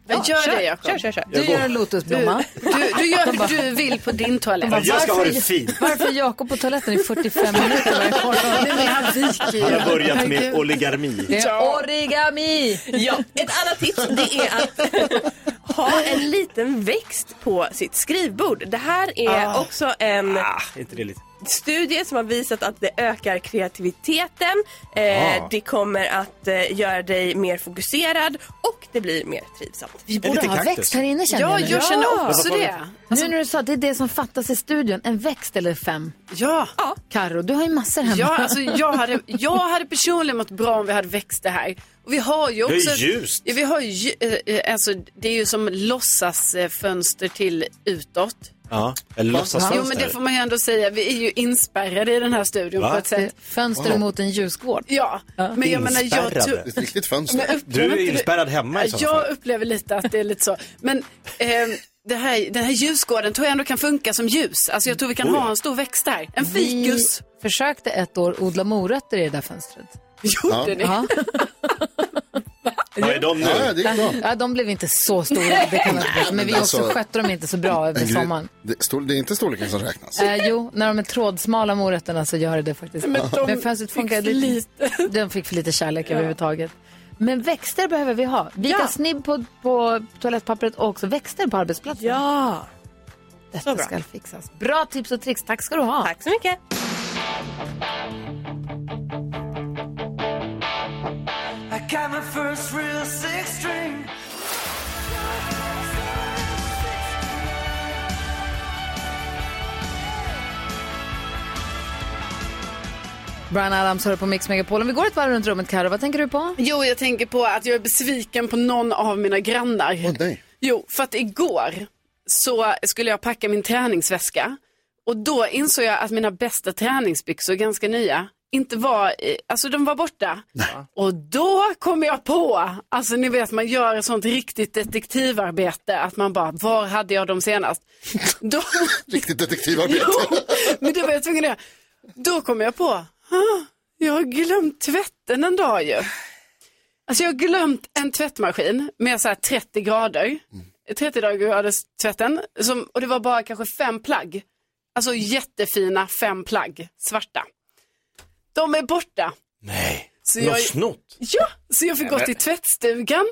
Speaker 2: Men gör
Speaker 12: kör,
Speaker 2: det, Jakob.
Speaker 12: Kör, kör, kör.
Speaker 4: Jag går.
Speaker 1: lotusblomma.
Speaker 2: Du, du, du gör
Speaker 1: De bara-
Speaker 2: hur du vill på din toalett.
Speaker 1: Bara,
Speaker 4: Jag ska ha det
Speaker 1: varför-
Speaker 4: fint.
Speaker 1: Varför är Jakob på toaletten i 45 minuter varje morgon?
Speaker 2: Det är mer han viker.
Speaker 4: Han har börjat med
Speaker 1: Herregud.
Speaker 4: oligarmi.
Speaker 1: Det är origami!
Speaker 12: Ja, ett annat tips det är att ha en liten växt på sitt skrivbord. Det här är
Speaker 4: Ah.
Speaker 12: också en
Speaker 4: Ah, inte det lite.
Speaker 12: studie som har visat att det ökar kreativiteten. Eh,
Speaker 4: Ah.
Speaker 12: Det kommer att eh, göra dig mer fokuserad och det blir mer trivsamt.
Speaker 1: Vi borde ha växt här inne känner
Speaker 12: ja,
Speaker 1: jag nu.
Speaker 12: jag känner
Speaker 1: Alltså,
Speaker 12: också det.
Speaker 1: Nu när du sa att det är det som fattas i studion, en växt eller fem.
Speaker 2: Ja.
Speaker 1: Karo, du har ju massor hemma.
Speaker 2: Ja, alltså, jag, hade, jag hade personligen mått bra om vi hade växt det här. Och vi har ju
Speaker 1: Det är
Speaker 2: också...
Speaker 1: ljust.
Speaker 2: Ja, vi har ju, lju- eh, eh, alltså, det är ju som låtsas eh, fönster till utåt.
Speaker 4: Ja, eller låtsas
Speaker 2: Jo, men det får man ju ändå säga. Vi är ju inspärrade i den här studion
Speaker 4: Va?
Speaker 2: på ett sätt.
Speaker 1: Fönster
Speaker 2: Wow.
Speaker 1: mot en ljusgård.
Speaker 2: Ja, men jag menar, jag tror...
Speaker 6: Det är ett riktigt
Speaker 2: Men
Speaker 6: fönster.
Speaker 2: upplever Du är inte du- inspärrad
Speaker 4: hemma
Speaker 2: Ja, Jag upplever lite att det är lite så. Men ehm, det här, den här ljusgården tror jag ändå kan funka som ljus. Alltså jag tror vi kan
Speaker 1: Oh, ja.
Speaker 2: ha en stor växt där. En fikus.
Speaker 1: Vi försökte ett år odla morötter i det där fönstret.
Speaker 2: Gjorde ni?
Speaker 1: Ja.
Speaker 4: Vad är de nu?
Speaker 1: Ja, de blev inte så stora, det kan man inte säga. Men vi också
Speaker 6: Alltså-
Speaker 1: skötte dem inte så bra över
Speaker 6: Men Gry,
Speaker 1: sommaren.
Speaker 6: Det, är stor, det är inte storleken som räknas.
Speaker 1: Eh, jo, när de är trådsmala morötterna så gör det det faktiskt.
Speaker 6: Men de
Speaker 1: Men
Speaker 6: fick
Speaker 1: fönstret funkade
Speaker 6: för
Speaker 1: lite. De fick för lite kärlek överhuvudtaget. Men växter behöver vi ha. Vita snibb på, på toalettpappret och också växter på arbetsplatsen.
Speaker 12: Ja.
Speaker 1: Detta ska fixas. Bra tips och tricks. Tack ska du ha.
Speaker 12: Tack så mycket.
Speaker 11: I got my first real six string.
Speaker 1: Brian Adams hör på Mix Megapol. Om vi går ett varv runt rummet, Karo, vad tänker du på?
Speaker 2: Jo, jag tänker på att jag är besviken på någon av mina grannar. Jo, för att igår så skulle jag packa min träningsväska och då insåg jag att mina bästa träningsbyxor, ganska nya, inte var, eh, alltså de var borta. Och då kom jag på, alltså ni vet man gör ett sånt riktigt detektivarbete, att man bara, var hade jag dem senast? Då...
Speaker 6: Riktigt detektivarbete.
Speaker 2: Men det var jag tvungen att göra. Då kom jag på, "Ah, jag har glömt tvätten en dag ju. Alltså jag har glömt en tvättmaskin med så här 30 grader, 30 graders tvätten, som, och det var bara kanske fem plagg. Alltså jättefina fem plagg, svarta. De är borta.
Speaker 4: Nej,
Speaker 2: Så
Speaker 4: du har
Speaker 2: jag-
Speaker 4: snott.
Speaker 2: Ja, så jag fick
Speaker 4: Nej,
Speaker 2: gå
Speaker 4: men-
Speaker 2: till tvättstugan.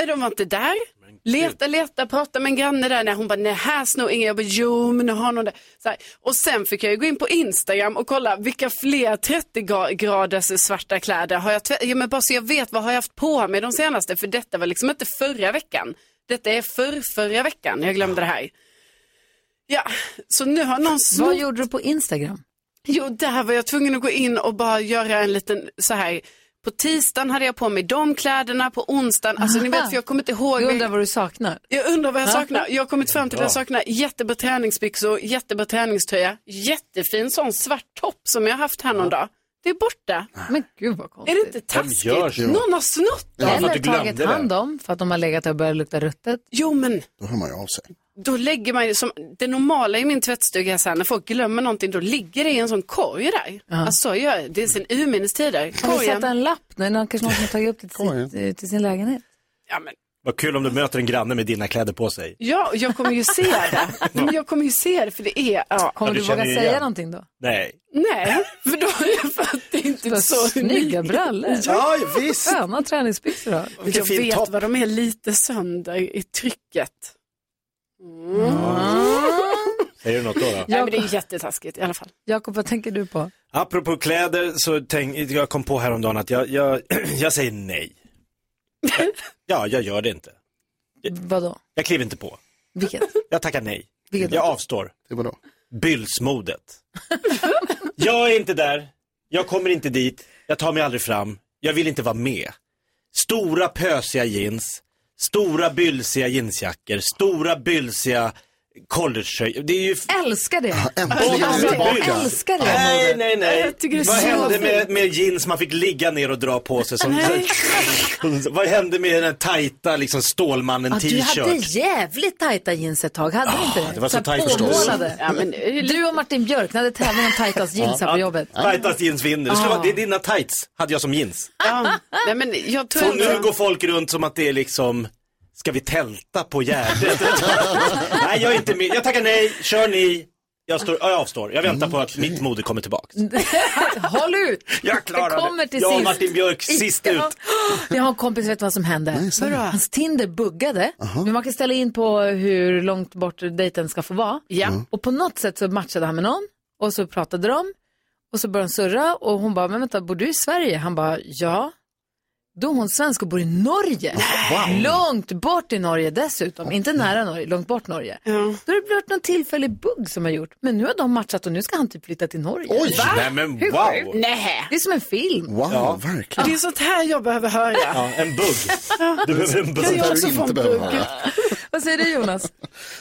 Speaker 2: Eh, De var inte där. Leta, leta, prata med en granne där. Nej, hon bara, nej här snor ingen. Jag bara, jo men nu har någon det. Så här. Och sen fick jag ju gå in på Instagram och kolla vilka fler 30 gra- graders svarta kläder har jag tvätt- ja, men bara så jag vet vad har jag haft på mig de senaste. För detta var liksom inte förra veckan. Detta är för förra veckan. Jag glömde det här. Ja, så nu har någon snott.
Speaker 1: Vad gjorde du på Instagram?
Speaker 2: Jo, där var jag tvungen att gå in och bara göra en liten så här. På tisdagen hade jag på mig de kläderna, på onsdagen, alltså ni vet för jag kommer inte ihåg.
Speaker 1: Du undrar vad du saknar.
Speaker 2: Jag undrar vad jag
Speaker 1: Ja.
Speaker 2: saknar. Jag har kommit fram till att jag
Speaker 1: Bra.
Speaker 2: saknar jättebra träningsbyxor, jättebra träningströja, jättefin sån svart topp som jag har haft här någon dag. Det är borta.
Speaker 1: Men gud vad
Speaker 2: Är det inte taskigt?
Speaker 1: gör så?
Speaker 2: Någon har snott
Speaker 6: Ja, för att
Speaker 1: Eller
Speaker 6: du glömde
Speaker 1: tagit
Speaker 6: det.
Speaker 1: hand om för att de har legat där och börjat lukta ruttet.
Speaker 2: Jo, men
Speaker 6: Då hör man ju av sig.
Speaker 2: då lägger man ju, som, det normala i min tvättstuga så här, när folk glömmer någonting, då ligger det i en sån korg där. Alltså så gör jag, det är sen urminnes tider.
Speaker 1: Kan vi
Speaker 2: Korgen.
Speaker 1: sätta en lapp nu? Någon, kanske någon som har tagit upp det till, sitt, eh, till sin lägenhet.
Speaker 4: Vad kul om du möter en granne med dina kläder på sig.
Speaker 2: Ja, och jag kommer ju se det. Men jag kommer ju se det för det är... Ja.
Speaker 4: Kommer Ja, du du våga känner ju säga igen.
Speaker 1: någonting då?
Speaker 4: Nej.
Speaker 2: Nej, för då har jag för att det inte är så
Speaker 1: Snygga
Speaker 2: unikt.
Speaker 1: brallor.
Speaker 2: Ja, visst.
Speaker 1: Sköna träningsbyxor då.
Speaker 2: Jag vet vad de är lite sönder i trycket. Mm.
Speaker 4: Säger du något då? då?
Speaker 2: Ja, men det är jättetaskigt i alla fall.
Speaker 1: Jakob, vad tänker du på?
Speaker 4: Apropå kläder så tänk, jag kom på häromdagen att jag, jag, jag säger nej. Jag- Ja, jag gör det inte.
Speaker 1: Vadå?
Speaker 4: Jag kliver inte på.
Speaker 1: Vilket?
Speaker 4: Jag tackar nej.
Speaker 1: Vilket
Speaker 4: Jag avstår.
Speaker 6: Det var då.
Speaker 4: Bylsmodet. jag är inte där. Jag kommer inte dit. Jag tar mig aldrig fram. Jag vill inte vara med. Stora pösiga jeans. Stora bylsiga jeansjackor. Stora bylsiga collegetröja. Det är ju...
Speaker 1: Älskar det.
Speaker 4: Bomben är
Speaker 1: Alltså,
Speaker 4: tillbaka.
Speaker 1: jag älskar det.
Speaker 4: Nej, nej, nej.
Speaker 1: Jag tycker det är
Speaker 4: Vad
Speaker 1: så
Speaker 4: hände
Speaker 1: fint.
Speaker 4: med, med jeans man fick ligga ner och dra på sig? Som,
Speaker 7: Nej.
Speaker 4: vad hände med den här tajta liksom,
Speaker 1: Ja, du hade
Speaker 4: Stålmannen-t-shirt?
Speaker 1: jävligt tajta jeans ett tag, hade du inte det?
Speaker 4: Ah, det var så
Speaker 1: här
Speaker 4: tajt förstås.
Speaker 1: påmålade.
Speaker 4: Ja, men-
Speaker 1: Du och Martin Björk, ni hade tävling om tajtast jeans här på jobbet.
Speaker 4: Tajtast jeans vinner. Det, skulle
Speaker 1: Ah.
Speaker 4: vara, det är dina tights, hade jag som jeans.
Speaker 2: Ja. Nej, men jag tror
Speaker 4: Och nu
Speaker 2: ändå-
Speaker 4: går folk runt som att det är liksom, ska vi tälta på Gärdet? nej, jag är inte med. Jag tackar nej, kör ni. Jag, står, ja, jag avstår, jag väntar på att mitt mode kommer tillbaka.
Speaker 1: Håll ut!
Speaker 4: Jag klarar
Speaker 1: det kommer till
Speaker 4: jag och
Speaker 1: sist.
Speaker 4: Martin Björk, sist ut.
Speaker 1: Ja. Jag har en kompis, vet du vad som hände? Hans Tinder buggade. Men man kan ställa in på hur långt bort dejten ska få vara.
Speaker 2: Ja.
Speaker 1: Och på något sätt så matchade han med någon och så pratade de och så började de surra och hon bara, men vänta, bor du i Sverige? Han bara, ja. Då är hon svensk och bor i Norge. Långt bort i Norge dessutom, inte nära Norge, långt bort Norge. Då har det blivit någon tillfällig bugg som har gjort, men nu har de matchat och nu ska han typ flytta till Norge.
Speaker 4: Oj,
Speaker 1: Va?
Speaker 4: nej men
Speaker 1: Hur
Speaker 4: wow.
Speaker 1: sjukt? Det är som en film.
Speaker 6: Wow,
Speaker 4: Ja.
Speaker 6: verkligen.
Speaker 2: Det är sånt här jag behöver höra.
Speaker 4: Ja, en bugg. Du behöver en bugg.
Speaker 6: Sånt här
Speaker 2: också
Speaker 6: du
Speaker 2: få
Speaker 6: inte
Speaker 2: en
Speaker 6: behöver
Speaker 2: bugg.
Speaker 6: höra.
Speaker 1: Vad säger du Jonas?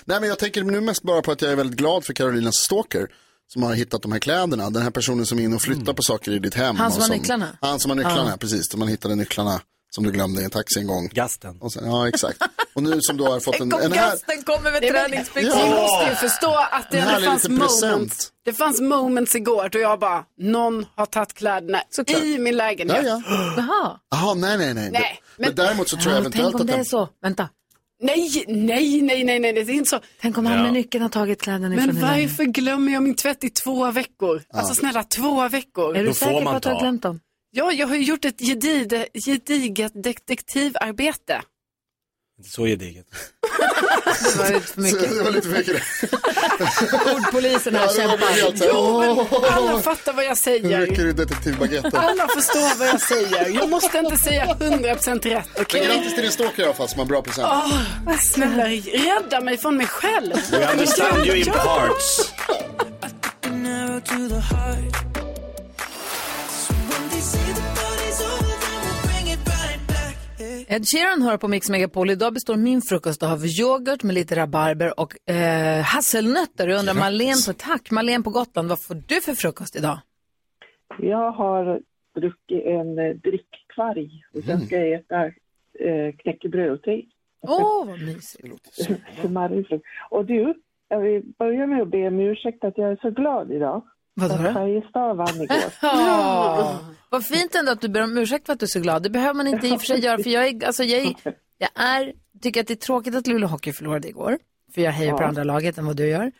Speaker 6: Nej, men jag tänker nu mest bara på att jag är väldigt glad för Carolinas stalker som har hittat de här kläderna. Den här personen som är inne och flyttar
Speaker 4: Mm.
Speaker 6: på saker i ditt hem.
Speaker 1: Han som
Speaker 6: och
Speaker 1: har nycklarna.
Speaker 6: Han som har nycklarna,
Speaker 1: Ja.
Speaker 6: precis. Som man hittade nycklarna som du glömde i en taxi en gång.
Speaker 4: Gasten.
Speaker 6: Och sen, ja, exakt. Och nu som du har fått en, en här...
Speaker 1: Gasten kommer med träningsbyxor.
Speaker 2: Ni måste ju förstå att det,
Speaker 6: En härlig
Speaker 2: det fanns
Speaker 6: liten present.
Speaker 2: moments. Det fanns moments igår då jag bara, någon har tagit kläderna i min lägenhet.
Speaker 6: Ja,
Speaker 1: Jaha.
Speaker 6: Jaha, nej, nej, nej.
Speaker 2: Nej,
Speaker 6: men...
Speaker 2: men-
Speaker 6: däremot så tror jag
Speaker 1: Ja,
Speaker 6: eventuellt
Speaker 1: tänk om
Speaker 6: att
Speaker 1: det är
Speaker 6: den...
Speaker 1: så. Vänta.
Speaker 2: Nej, nej, nej, nej, nej, det är inte så.
Speaker 1: Tänk om han med nyckeln har tagit kläderna ifrån
Speaker 2: Men
Speaker 1: hyllan.
Speaker 2: varför glömmer jag min tvätt i två veckor? Alltså snälla, två veckor.
Speaker 1: Är du säker på att du har glömt dem?
Speaker 2: Ja, jag har ju gjort ett gedige, gediget detektivarbete.
Speaker 4: Inte så gediget.
Speaker 1: Det var lite för mycket.
Speaker 6: Det var lite för mycket det.
Speaker 1: Ordpolisen här
Speaker 6: Ja, det var
Speaker 1: kämpar.
Speaker 6: helt så här,
Speaker 2: Jo, men
Speaker 6: "Åh,
Speaker 2: alla fattar vad jag
Speaker 6: Nu
Speaker 2: säger.
Speaker 6: rycker du detektivbaguetten.
Speaker 2: Alla förstår vad jag säger. Jag måste inte säga 100% rätt,
Speaker 6: Men
Speaker 2: okej?
Speaker 6: grattis till din stalker i alla fall som har en bra present.
Speaker 2: Åh, snälla, rädda mig från mig själv.
Speaker 4: We understand you in parts.
Speaker 11: Narrow to the heart. So when they say the party's over, then we'll bring it right back.
Speaker 1: Ed Sheeran hör på Mix Megapol. Idag består min frukost av yoghurt med lite rabarber och eh, hasselnötter. Jag undrar, Marlene på, tack, Marlene på Gotland, vad får du för frukost idag?
Speaker 13: Jag har druckit en eh, drickkvarg
Speaker 6: Mm.
Speaker 13: och sen ska jag äta eh, knäckebröd och te.
Speaker 1: Åh, vad mysigt.
Speaker 13: För Marie frågade. och du, jag vill börja med att be om ursäkt att jag är så glad idag.
Speaker 1: Vadå då?
Speaker 13: Att Färjestad vann igår.
Speaker 1: Ja. Vad fint ändå att du ber om ursäkt för att du är så glad. Det behöver man inte i och för sig göra. För jag, är, alltså jag, är, jag är, tycker att det är tråkigt att Luleå Hockey förlorade igår. För jag hejar på
Speaker 13: Ja.
Speaker 1: andra laget än vad du gör.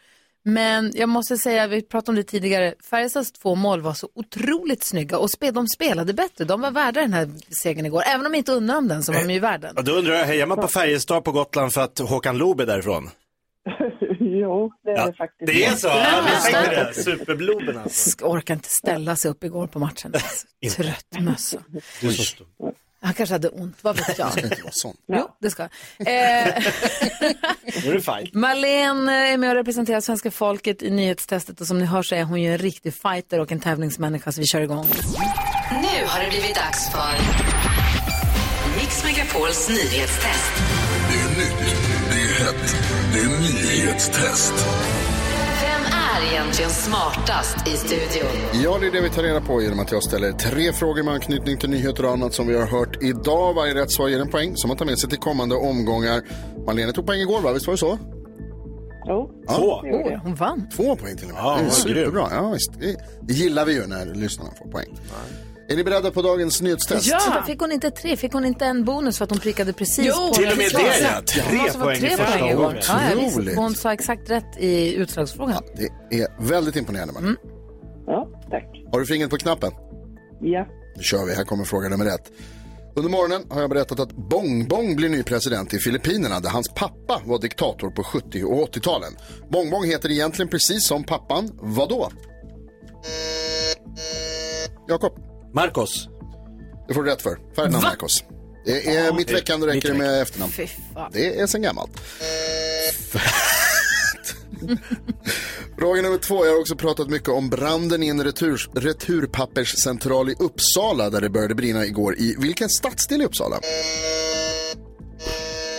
Speaker 1: Men jag måste säga, vi pratade om det tidigare, Färjestads två mål var så otroligt snygga och spe, de spelade bättre. De var värda den här segern igår. Även om jag inte undrar om den så var de ju värda den.
Speaker 4: Ja, Då undrar jag, hejar man på Färjestad på Gotland för att Håkan Loob är därifrån?
Speaker 13: jo, det är
Speaker 4: Ja,
Speaker 13: det faktiskt.
Speaker 4: Det är så? Ja, jag tänkte det. Superbloben alltså.
Speaker 1: Sk- Orkar inte ställa sig upp igår på matchen. Alltså, Trött mössa.
Speaker 4: Du är så stor.
Speaker 1: Han kanske hade ont, vad vet jag.
Speaker 6: Sånt.
Speaker 1: Jo, det ska jag. eh,
Speaker 4: Nu är det fight.
Speaker 1: Marlene är med och representerar svenska folket i nyhetstestet och som ni hör så är hon ju en riktig fighter och en tävlingsmänniska så vi kör igång.
Speaker 5: Nu har det blivit dags för Mix Megapols nyhetstest.
Speaker 14: Det är nytt, det är hett, det är nyhetstest.
Speaker 5: Vem är egentligen smartast i studion?
Speaker 6: Ja, det är det vi tar reda på genom att jag ställer tre frågor med anknytning till nyheter och annat som vi har hört idag. Varje rätt svar ger en poäng som man tar med sig till kommande omgångar. Marlene tog poäng igår, va? Visst var det så?
Speaker 13: Jo.
Speaker 6: Två.
Speaker 1: Åh, hon vann.
Speaker 6: Två poäng till och med.
Speaker 4: Ja,
Speaker 6: det är
Speaker 4: vad
Speaker 6: superbra. Ja, visst. Det- Det gillar vi ju när lyssnarna får poäng. Är ni beredda på dagens nyhetstest?
Speaker 1: Så då fick hon inte tre, fick hon inte en bonus för att hon prickade precis
Speaker 6: Jo,
Speaker 1: på
Speaker 6: till
Speaker 1: den?
Speaker 6: och med
Speaker 1: Exakt.
Speaker 6: det, ja. Tre
Speaker 1: Hon måste få
Speaker 6: poäng i
Speaker 1: tre
Speaker 6: första
Speaker 1: poäng igår.
Speaker 6: omgången.
Speaker 1: Ja, ja,
Speaker 6: Otroligt.
Speaker 1: visst. Hon sa exakt rätt i utslagsfrågan.
Speaker 6: Det är väldigt imponerande, Marlene.
Speaker 13: Mm. Ja, tack.
Speaker 6: Har du fingret på knappen?
Speaker 13: Ja.
Speaker 6: Nu kör vi, här kommer fråga nummer ett. Under morgonen har jag berättat att Bong Bong blir ny president i Filippinerna där hans pappa var diktator på 70 och 80-talen. Bong Bong heter egentligen precis som pappan, vadå? Jakob.
Speaker 4: Marcos.
Speaker 6: Det får du rätt för. Ferdinand
Speaker 4: Va?
Speaker 6: Marcos. Det är mitt väckande räcker det med efternamn.
Speaker 2: Fy fan.
Speaker 6: Det är sen gammalt. Fråga nummer två. Jag har också pratat mycket om branden i en retur, returpapperscentral i Uppsala där det började brinna igår i vilken stadsdel i Uppsala?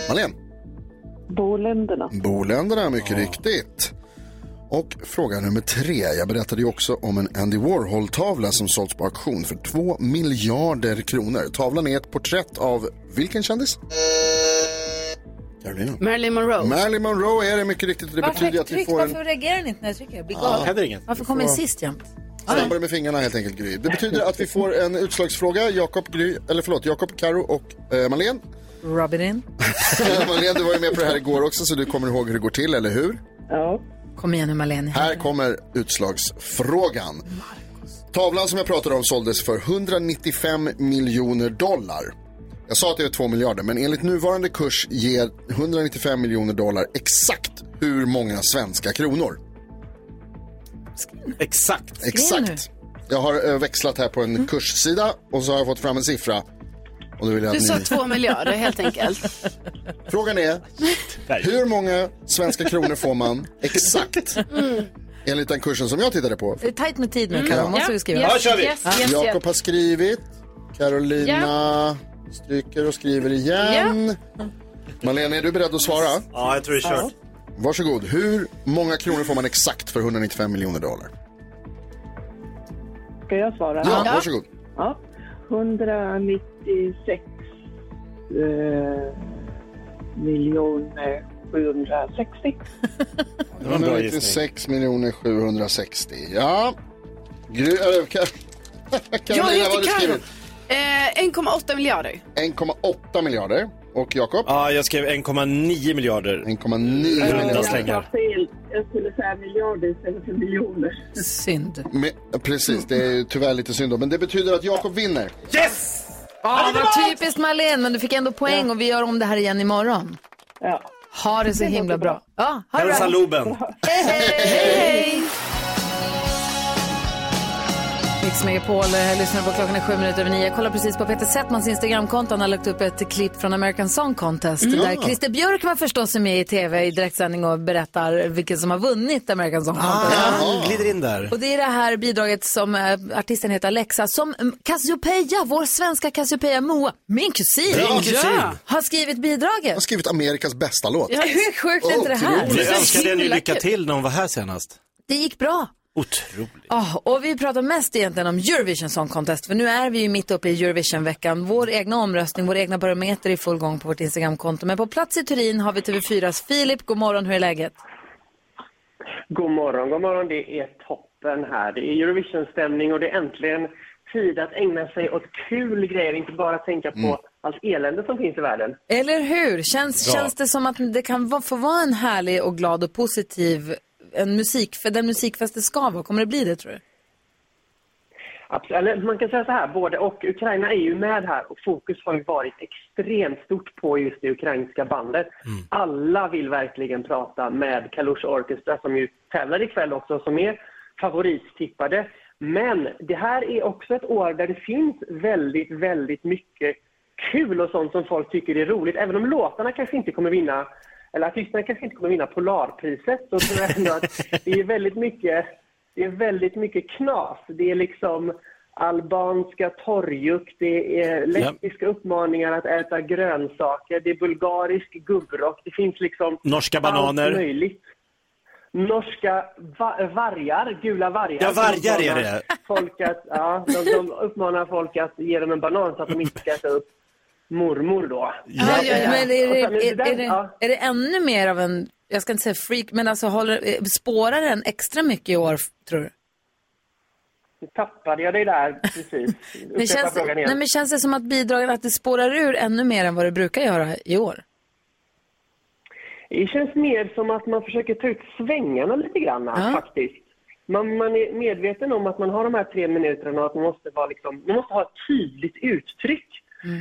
Speaker 6: Malin?
Speaker 8: Boländerna.
Speaker 6: Boländerna, mycket riktigt. Och fråga nummer tre. Jag berättade ju också om en Andy Warhol-tavla som sålts på auktion för 2 miljarder kronor. Tavlan är ett porträtt av vilken kändis? Carolina.
Speaker 2: Marilyn Monroe.
Speaker 6: Marilyn Monroe är det mycket riktigt. Det betyder att vi
Speaker 1: tryck,
Speaker 6: får en...
Speaker 1: varför reagerar den inte när jag trycker? Jag blir
Speaker 6: Ja,
Speaker 1: galen.
Speaker 6: händer inget.
Speaker 1: Varför kommer den
Speaker 6: Får-
Speaker 1: sist jämt?
Speaker 6: Snabbare med fingrarna helt enkelt, Gry. Det betyder att vi får en utslagsfråga. Jakob, Gry, eller förlåt, Jakob, Karo och eh, Malin.
Speaker 1: Robin in.
Speaker 6: Malin, du var ju med på det här igår också så du kommer ihåg hur det går till, eller hur?
Speaker 8: Ja.
Speaker 1: Kom igen nu Malin.
Speaker 6: Här kommer utslagsfrågan. Tavlan som jag pratade om såldes för 195 miljoner dollar. Jag sa att det är 2 miljarder, men enligt nuvarande kurs ger 195 miljoner dollar exakt hur många svenska kronor?
Speaker 4: Exakt.
Speaker 6: Exakt. Jag har eh, växlat här på en kurssida och så har jag fått fram en siffra. Och då vill jag
Speaker 2: Du
Speaker 6: att
Speaker 2: sa
Speaker 6: ni...
Speaker 2: två miljarder helt enkelt.
Speaker 6: Frågan är, hur många svenska kronor får man exakt
Speaker 1: Mm.
Speaker 6: enligt den kursen som jag tittade på?
Speaker 1: Det är tajt med tid nu Carro, Mm. måste vi skriva.
Speaker 6: Mm. Jakob har skrivit. Carolina stryker och skriver igen. Malena, är du beredd att svara?
Speaker 4: Ja, jag tror det är kört.
Speaker 6: Varsågod. Hur många kronor får man exakt för 195 miljoner dollar?
Speaker 8: Ska jag svara?
Speaker 6: Ja, varsågod.
Speaker 8: Ja. 196 eh, miljoner 760.
Speaker 6: 196 miljoner 760. Ja. Gry, äh, Kar-
Speaker 2: Jag
Speaker 6: Carolina, vad har du
Speaker 2: heter Carro.
Speaker 6: skrivit?
Speaker 2: Eh, 1,8 miljarder.
Speaker 6: 1,8 miljarder. Och Jakob?
Speaker 4: Ja, jag skrev 1,9 miljarder.
Speaker 6: 1,9
Speaker 4: Runda
Speaker 6: miljarder.
Speaker 4: slängar.
Speaker 8: fel. Jag skulle säga miljarder istället för miljoner.
Speaker 1: Synd.
Speaker 6: Men, precis, det är ju tyvärr lite synd då. Men det betyder att Jakob vinner.
Speaker 4: Yes!
Speaker 1: Ja, vad typiskt Malin, men du fick ändå poäng och vi gör om det här igen imorgon.
Speaker 8: Ja.
Speaker 1: Ha det så himla bra. Ja, ha det
Speaker 4: Hälsa
Speaker 1: bra.
Speaker 4: Loben.
Speaker 1: Hej! Mix Megapol, jag lyssnar på klockan är sju minuter över nio. Jag kollar precis på Peter Settmans Instagramkonto. Han har lagt upp ett klipp från American Song Contest.
Speaker 7: Mm.
Speaker 1: Där
Speaker 7: Ja.
Speaker 1: Christer Björkman förstås är med i tv i direktsändning och berättar vilken som har vunnit American Song
Speaker 4: Ah,
Speaker 1: Contest. Mm.
Speaker 4: Han glider in där.
Speaker 1: Och det är det här bidraget som eh, artisten heter Alexa, som mm, Cassiopeia, vår svenska Cassiopeia Moa, min kusin,
Speaker 6: Din kusin.
Speaker 1: har skrivit bidraget.
Speaker 6: har skrivit Amerikas bästa låt.
Speaker 1: Ja, hur sjukt är inte det här?
Speaker 4: Jag
Speaker 1: Det är så
Speaker 4: önskade henne ju
Speaker 1: himla
Speaker 4: lycka
Speaker 1: kul.
Speaker 4: till när hon var här senast.
Speaker 1: Det gick bra.
Speaker 4: Otroligt.
Speaker 1: Ja, Ah, och vi pratar mest egentligen om Eurovision Song Contest, för nu är vi ju mitt uppe i Eurovisionveckan. Vår egna omröstning, vår egna barometer är i full gång på vårt Instagramkonto. Men på plats i Turin har vi TV4s Filip. God morgon, hur är läget?
Speaker 15: God morgon, god morgon. Det är toppen här. Det är Eurovision-stämning och det är äntligen tid att ägna sig åt kul grejer, inte bara tänka på allt elände som finns i världen.
Speaker 1: Eller hur? Känns,
Speaker 15: Bra.
Speaker 1: känns det som att det kan va- få vara en härlig och glad och positiv en musik, för den musikfest det ska vara? Kommer det bli det tror du?
Speaker 15: Absolut. Eller man kan säga så här, både och. Ukraina är ju med här och fokus har ju varit extremt stort på just det ukrainska bandet. Alla vill verkligen prata med Kalush Orchestra som ju tävlar ikväll också, som är favorittippade. Men det här är också ett år där det finns väldigt, väldigt mycket kul och sånt som folk tycker är roligt. Även om låtarna kanske inte kommer vinna, eller artisterna kanske inte kommer vinna Polarpriset, så tror jag ändå att det är väldigt mycket det är väldigt mycket knas. Det är liksom albanska torrjuck, det är lettiska uppmaningar att äta grönsaker, det är bulgarisk gubbrock, det finns liksom
Speaker 4: Norska bananer.
Speaker 15: allt möjligt. Norska va- vargar, gula vargar.
Speaker 4: Ja, vargar
Speaker 15: De
Speaker 4: är
Speaker 15: uppmanar
Speaker 4: det.
Speaker 15: Folk att, ja, de, de uppmanar folk att ge dem en banan så att de inte ska äta upp mormor då.
Speaker 1: Men är det,
Speaker 15: Och sen
Speaker 1: är, är,
Speaker 15: där-
Speaker 1: det,
Speaker 15: ja.
Speaker 1: är det ännu mer av en, jag ska inte säga freak, men alltså håller, eh, spårar den extra mycket i år f- tror du?
Speaker 15: Nu tappade jag dig där precis. Upprepa
Speaker 1: Men känns, det-
Speaker 15: frågan igen.
Speaker 1: nej, men känns det som att bidragen, att det spårar ur ännu mer än vad det brukar göra i år?
Speaker 15: Det känns mer som att man försöker ta ut svängarna lite grann faktiskt. Man, man är medveten om att man har de här tre minuterna och att man måste, vara liksom, man måste ha ett tydligt uttryck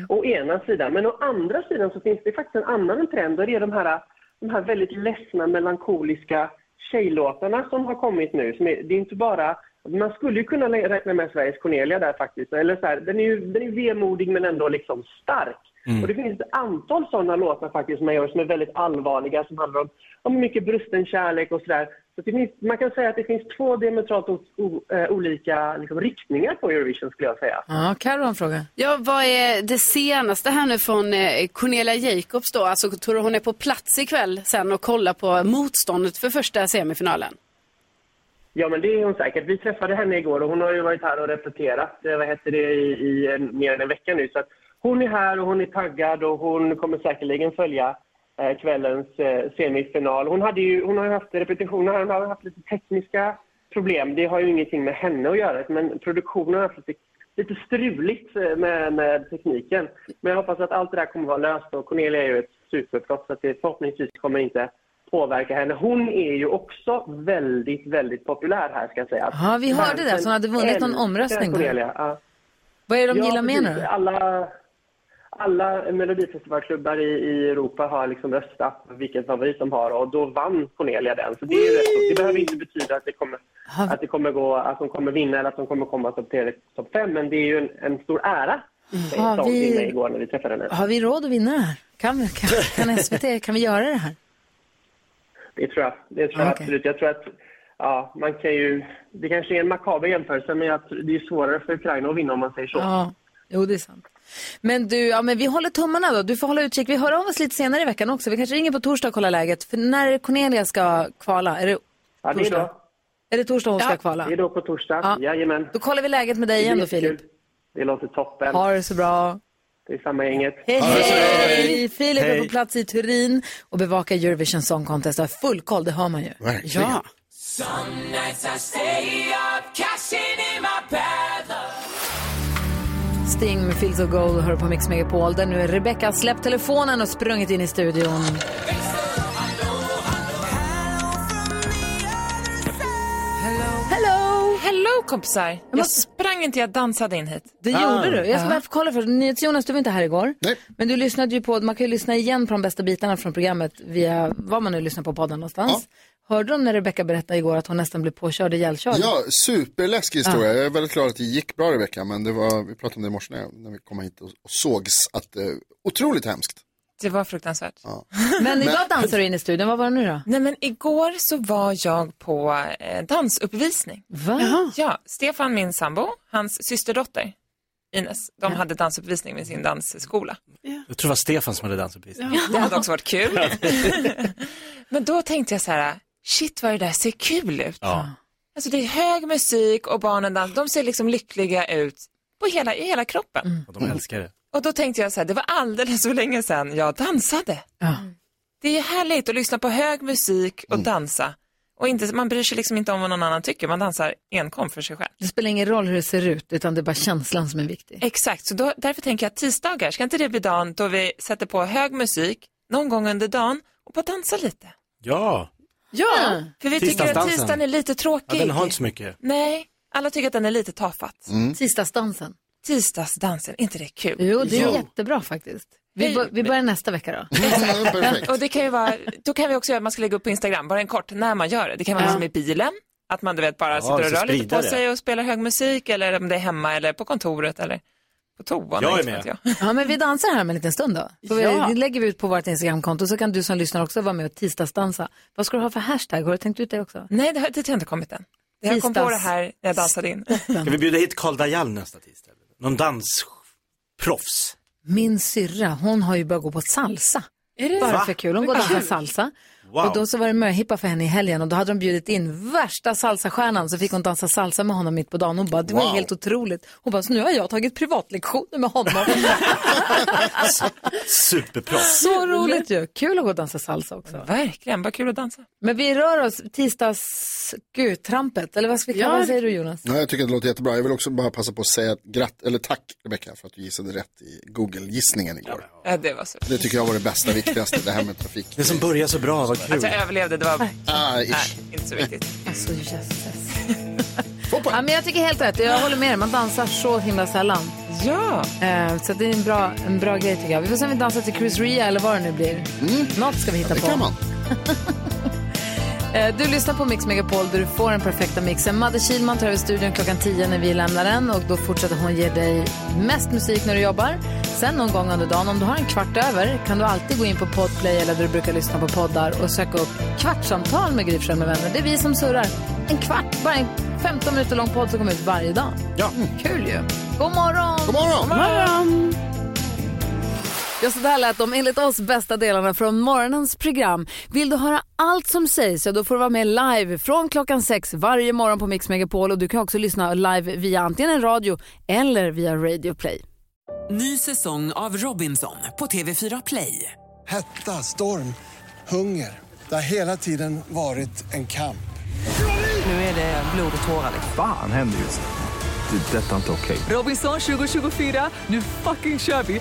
Speaker 15: å ena sidan. Men å andra sidan så finns det faktiskt en annan trend och det är de här, de här väldigt ledsna, melankoliska tjejlåtarna som har kommit nu. Som är, det är inte bara, man skulle ju kunna lä- räkna med Sveriges Cornelia där faktiskt. Eller så här, den, är ju, den är vemodig men ändå liksom stark.
Speaker 3: Mm.
Speaker 15: Och det finns ett antal sådana låtar faktiskt som jag gör som är väldigt allvarliga som handlar om, om mycket brusten kärlek och sådär. Så det finns, man kan säga att det finns två diametralt o, o, eh, olika liksom, riktningar på Eurovision skulle jag säga.
Speaker 1: Ja, Carro har en fråga.
Speaker 2: Ja, vad är det senaste här nu från eh, Cornelia Jacobs då? Alltså, tror du hon är på plats ikväll sen och kollar på motståndet för första semifinalen?
Speaker 15: Ja, men det är hon säkert. Vi träffade henne igår och hon har ju varit här och repeterat, eh, vad heter det, i, i en- mer än en vecka nu. Så att hon är här och hon är taggad och hon kommer säkerligen följa eh, kvällens eh, semifinal. Hon, hade ju, hon har ju haft repetitioner här, hon har haft lite tekniska problem. Det har ju ingenting med henne att göra, men produktionen har haft lite, lite struligt eh, med, med tekniken. Men jag hoppas att allt det där kommer vara löst och Cornelia är ju ett superproffs så att det förhoppningsvis kommer inte påverka henne. Hon är ju också väldigt, väldigt populär här ska jag säga.
Speaker 1: Ja, vi hörde det, så hon hade vunnit någon
Speaker 15: Älskar
Speaker 1: omröstning.
Speaker 15: Cornelia. Ja.
Speaker 1: Vad är det de
Speaker 15: Ja,
Speaker 1: gillar med
Speaker 15: precis.
Speaker 1: nu då?
Speaker 15: Alla, alla melodifestivalklubbar i, i Europa har liksom röstat vilken favorit de har och då vann Cornelia den. Så det, är ju rätt, så det behöver inte betyda att det kommer att det kommer gå, att de kommer vinna eller att de kommer komma topp tre- topp fem, men det är ju en, en stor ära.
Speaker 1: Mm. Har
Speaker 15: sa hon
Speaker 1: vi-
Speaker 15: till mig igår när vi träffade henne.
Speaker 1: Har vi råd att vinna det här? Kan, vi, kan, kan SVT, kan vi göra det här?
Speaker 15: Det tror jag, det
Speaker 1: Ah,
Speaker 15: tror jag absolut. Jag tror att ja, man kan ju, det kanske är en makaber jämförelse, men jag, tror- det är svårare för Ukraina att vinna om man säger så.
Speaker 1: Ja, jo det är sant. Men du, ja, men vi håller tummarna då. Du får hålla utkik. Vi hör av oss lite senare i veckan också. Vi kanske ringer på torsdag och kollar läget. För när Cornelia ska kvala, är det
Speaker 15: Ja, det är
Speaker 1: torsdag?
Speaker 15: då.
Speaker 1: Är det torsdag hon ska kvala?
Speaker 15: Det är då på torsdag,
Speaker 1: Ja.
Speaker 15: jajamän.
Speaker 1: Då kollar vi läget med dig igen då Filip.
Speaker 15: Det låter toppen.
Speaker 1: Ha det så bra.
Speaker 15: Det är samma gänget.
Speaker 1: Hej, hej! Filip är
Speaker 15: Hej.
Speaker 1: på plats i Turin och bevakar Eurovision Song Contest. Har full koll, det hör man ju. Ja.
Speaker 3: Some nights I stay up, cashing in my paddle.
Speaker 1: Sting med Fields of Gold hör på Mix Megapol där nu är Rebecca har släppt telefonen och sprungit in i studion. Hello!
Speaker 16: Hello kompisar! Jag sprang inte, jag dansade in hit. Ah.
Speaker 1: Det gjorde du. Jag ska bara få kolla först. NyhetsJonas, du var inte här igår. Nej. Men du lyssnade ju på, man kan ju lyssna igen på de bästa bitarna från programmet via vad man nu lyssnar på podden någonstans. Hörde du om när Rebecca berättade igår att hon nästan blev påkörd och ihjälkörd?
Speaker 6: Ja, superläskig historia. Jag är väldigt glad att det gick bra Rebecka, men det var, vi pratade om det i morse när, jag- när vi kom hit och, och sågs, att eh, otroligt hemskt.
Speaker 16: Det var fruktansvärt.
Speaker 1: Men idag dansar du in i studion. Vad var det nu då?
Speaker 16: Nej men igår så var jag på eh, dansuppvisning.
Speaker 1: Va?
Speaker 16: Ja, Stefan, min sambo, hans systerdotter Ines, de hade dansuppvisning med sin dansskola.
Speaker 4: Jag tror det var Stefan som hade dansuppvisning.
Speaker 16: Det hade också varit kul. men då tänkte jag så här, shit vad det där ser kul ut.
Speaker 4: Ja.
Speaker 16: Alltså det är hög musik och barnen dansar, de ser liksom lyckliga ut på hela, i hela kroppen.
Speaker 1: Mm.
Speaker 4: Och de älskar det.
Speaker 16: Och då tänkte jag så här, det var alldeles för länge sedan jag dansade. Det är härligt att lyssna på hög musik
Speaker 4: Mm.
Speaker 16: och dansa. Och inte, man bryr sig liksom inte om vad någon annan tycker, man dansar enkom för sig själv.
Speaker 1: Det spelar ingen roll hur det ser ut, utan det är bara känslan som är viktig.
Speaker 16: Exakt, så då, därför tänker jag att tisdagar, ska inte det bli dagen då vi sätter på hög musik någon gång under dagen och bara dansar lite?
Speaker 4: Ja.
Speaker 16: Ja, för vi tycker att
Speaker 4: Tisdagsdansen.
Speaker 16: tisdagen är lite
Speaker 4: ja,
Speaker 16: tråkig.
Speaker 4: den har inte så mycket.
Speaker 16: Nej, alla tycker att den är lite tafatt.
Speaker 4: Mm.
Speaker 1: Tisdagsdansen.
Speaker 16: Tisdagsdansen, är inte det kul?
Speaker 1: Jo, det är jättebra faktiskt. Vi,
Speaker 16: Hej.
Speaker 1: bör- vi börjar nästa vecka då.
Speaker 4: Mm,
Speaker 16: Men, och det kan ju vara, då kan vi också göra att man ska lägga upp på Instagram, bara en kort, när man gör det. Det kan vara liksom i bilen, att man du vet bara sitter och
Speaker 4: så
Speaker 16: rör lite
Speaker 4: sprida
Speaker 16: på
Speaker 4: det.
Speaker 16: sig och spelar hög musik eller om det är hemma eller på kontoret eller på toan.
Speaker 4: Jag är
Speaker 16: inte
Speaker 4: med.
Speaker 16: vet jag.
Speaker 1: Ja, men vi dansar här om en liten stund då. Så
Speaker 16: Ja.
Speaker 1: vi, det lägger vi ut på vårt Instagramkonto så kan du som lyssnar också vara med och tisdagsdansa. Vad ska du ha för hashtag? Har du tänkt ut det också?
Speaker 16: Nej, det har, det har inte kommit än. Jag kom på det här när jag dansade in.
Speaker 4: Ska vi bjuda hit Karl Dajal nästa tisdag? Någon dansproffs.
Speaker 1: Min syrra, hon har ju börjat gå på salsa.
Speaker 16: Är det?
Speaker 1: Bara
Speaker 4: Va?
Speaker 1: för kul. Hon går och
Speaker 16: Vad
Speaker 1: dansar
Speaker 16: kul.
Speaker 1: salsa.
Speaker 4: Wow.
Speaker 1: Och då så var det möhippa för henne i helgen och då hade de bjudit in värsta salsastjärnan så fick hon dansa salsa med honom mitt på dagen. Hon bara, det var
Speaker 16: Wow.
Speaker 1: helt otroligt. Hon bara, så nu har jag tagit privatlektioner med honom.
Speaker 4: Superproffs.
Speaker 1: så roligt ju. Kul att gå och dansa salsa också.
Speaker 16: Verkligen, bara kul att dansa.
Speaker 1: Men vi rör oss tisdags gud, trampet eller vad ska vi kalla
Speaker 16: Ja.
Speaker 1: vad säger du Jonas?
Speaker 6: Nej, jag tycker att det låter jättebra. Jag vill också bara passa på att säga gratt, eller tack Rebecka för att du gissade rätt i Google-gissningen igår.
Speaker 16: Ja, det var så.
Speaker 6: Det tycker jag var det bästa, viktigaste, det här med trafik.
Speaker 4: Det som börjar så bra, vad kul.
Speaker 16: Att jag överlevde, det var...
Speaker 6: Ah, ish.
Speaker 16: Nej, inte så viktigt.
Speaker 1: Alltså jösses. ja, men jag tycker helt rätt, jag håller med dig. Man dansar så himla sällan.
Speaker 16: Ja.
Speaker 1: Eh, så det är en bra, en bra grej tycker jag. Vi får se om vi dansar till Chris Ria eller vad det nu blir. Något ska vi hitta
Speaker 3: Mm. det
Speaker 1: på.
Speaker 3: kan man.
Speaker 1: Eh, Du lyssnar på Mix Megapol där du får den perfekta mixen. Madde Kihlman tar över studion klockan 10 när vi lämnar den och då fortsätter hon ge dig mest musik när du jobbar. Sen någon gång under dagen, om du har en kvart över, kan du alltid gå in på Podplay eller där du brukar lyssna på poddar och söka upp Kvartsamtal med Gry Forssell med vänner. Det är vi som surrar. En kvart, bara en 15 minuter lång podd som kommer ut varje dag. Ja. Kul ju. God morgon!
Speaker 7: God morgon!
Speaker 1: God morgon! Ja, så där lät de enligt oss bästa delarna från morgonens program. Vill du höra allt som sägs så då får du vara med live från klockan sex varje morgon på Mix Megapol och du kan också lyssna live via antingen en radio eller via Radio Play.
Speaker 3: Ny säsong av Robinson på TV4 Play.
Speaker 10: Hetta, storm, hunger. Det har hela tiden varit en kamp.
Speaker 3: Nu är det blod och tårar. liksom.
Speaker 17: Fan händer just det. Det är detta inte okej.
Speaker 3: Robinson 2024, nu fucking kör vi!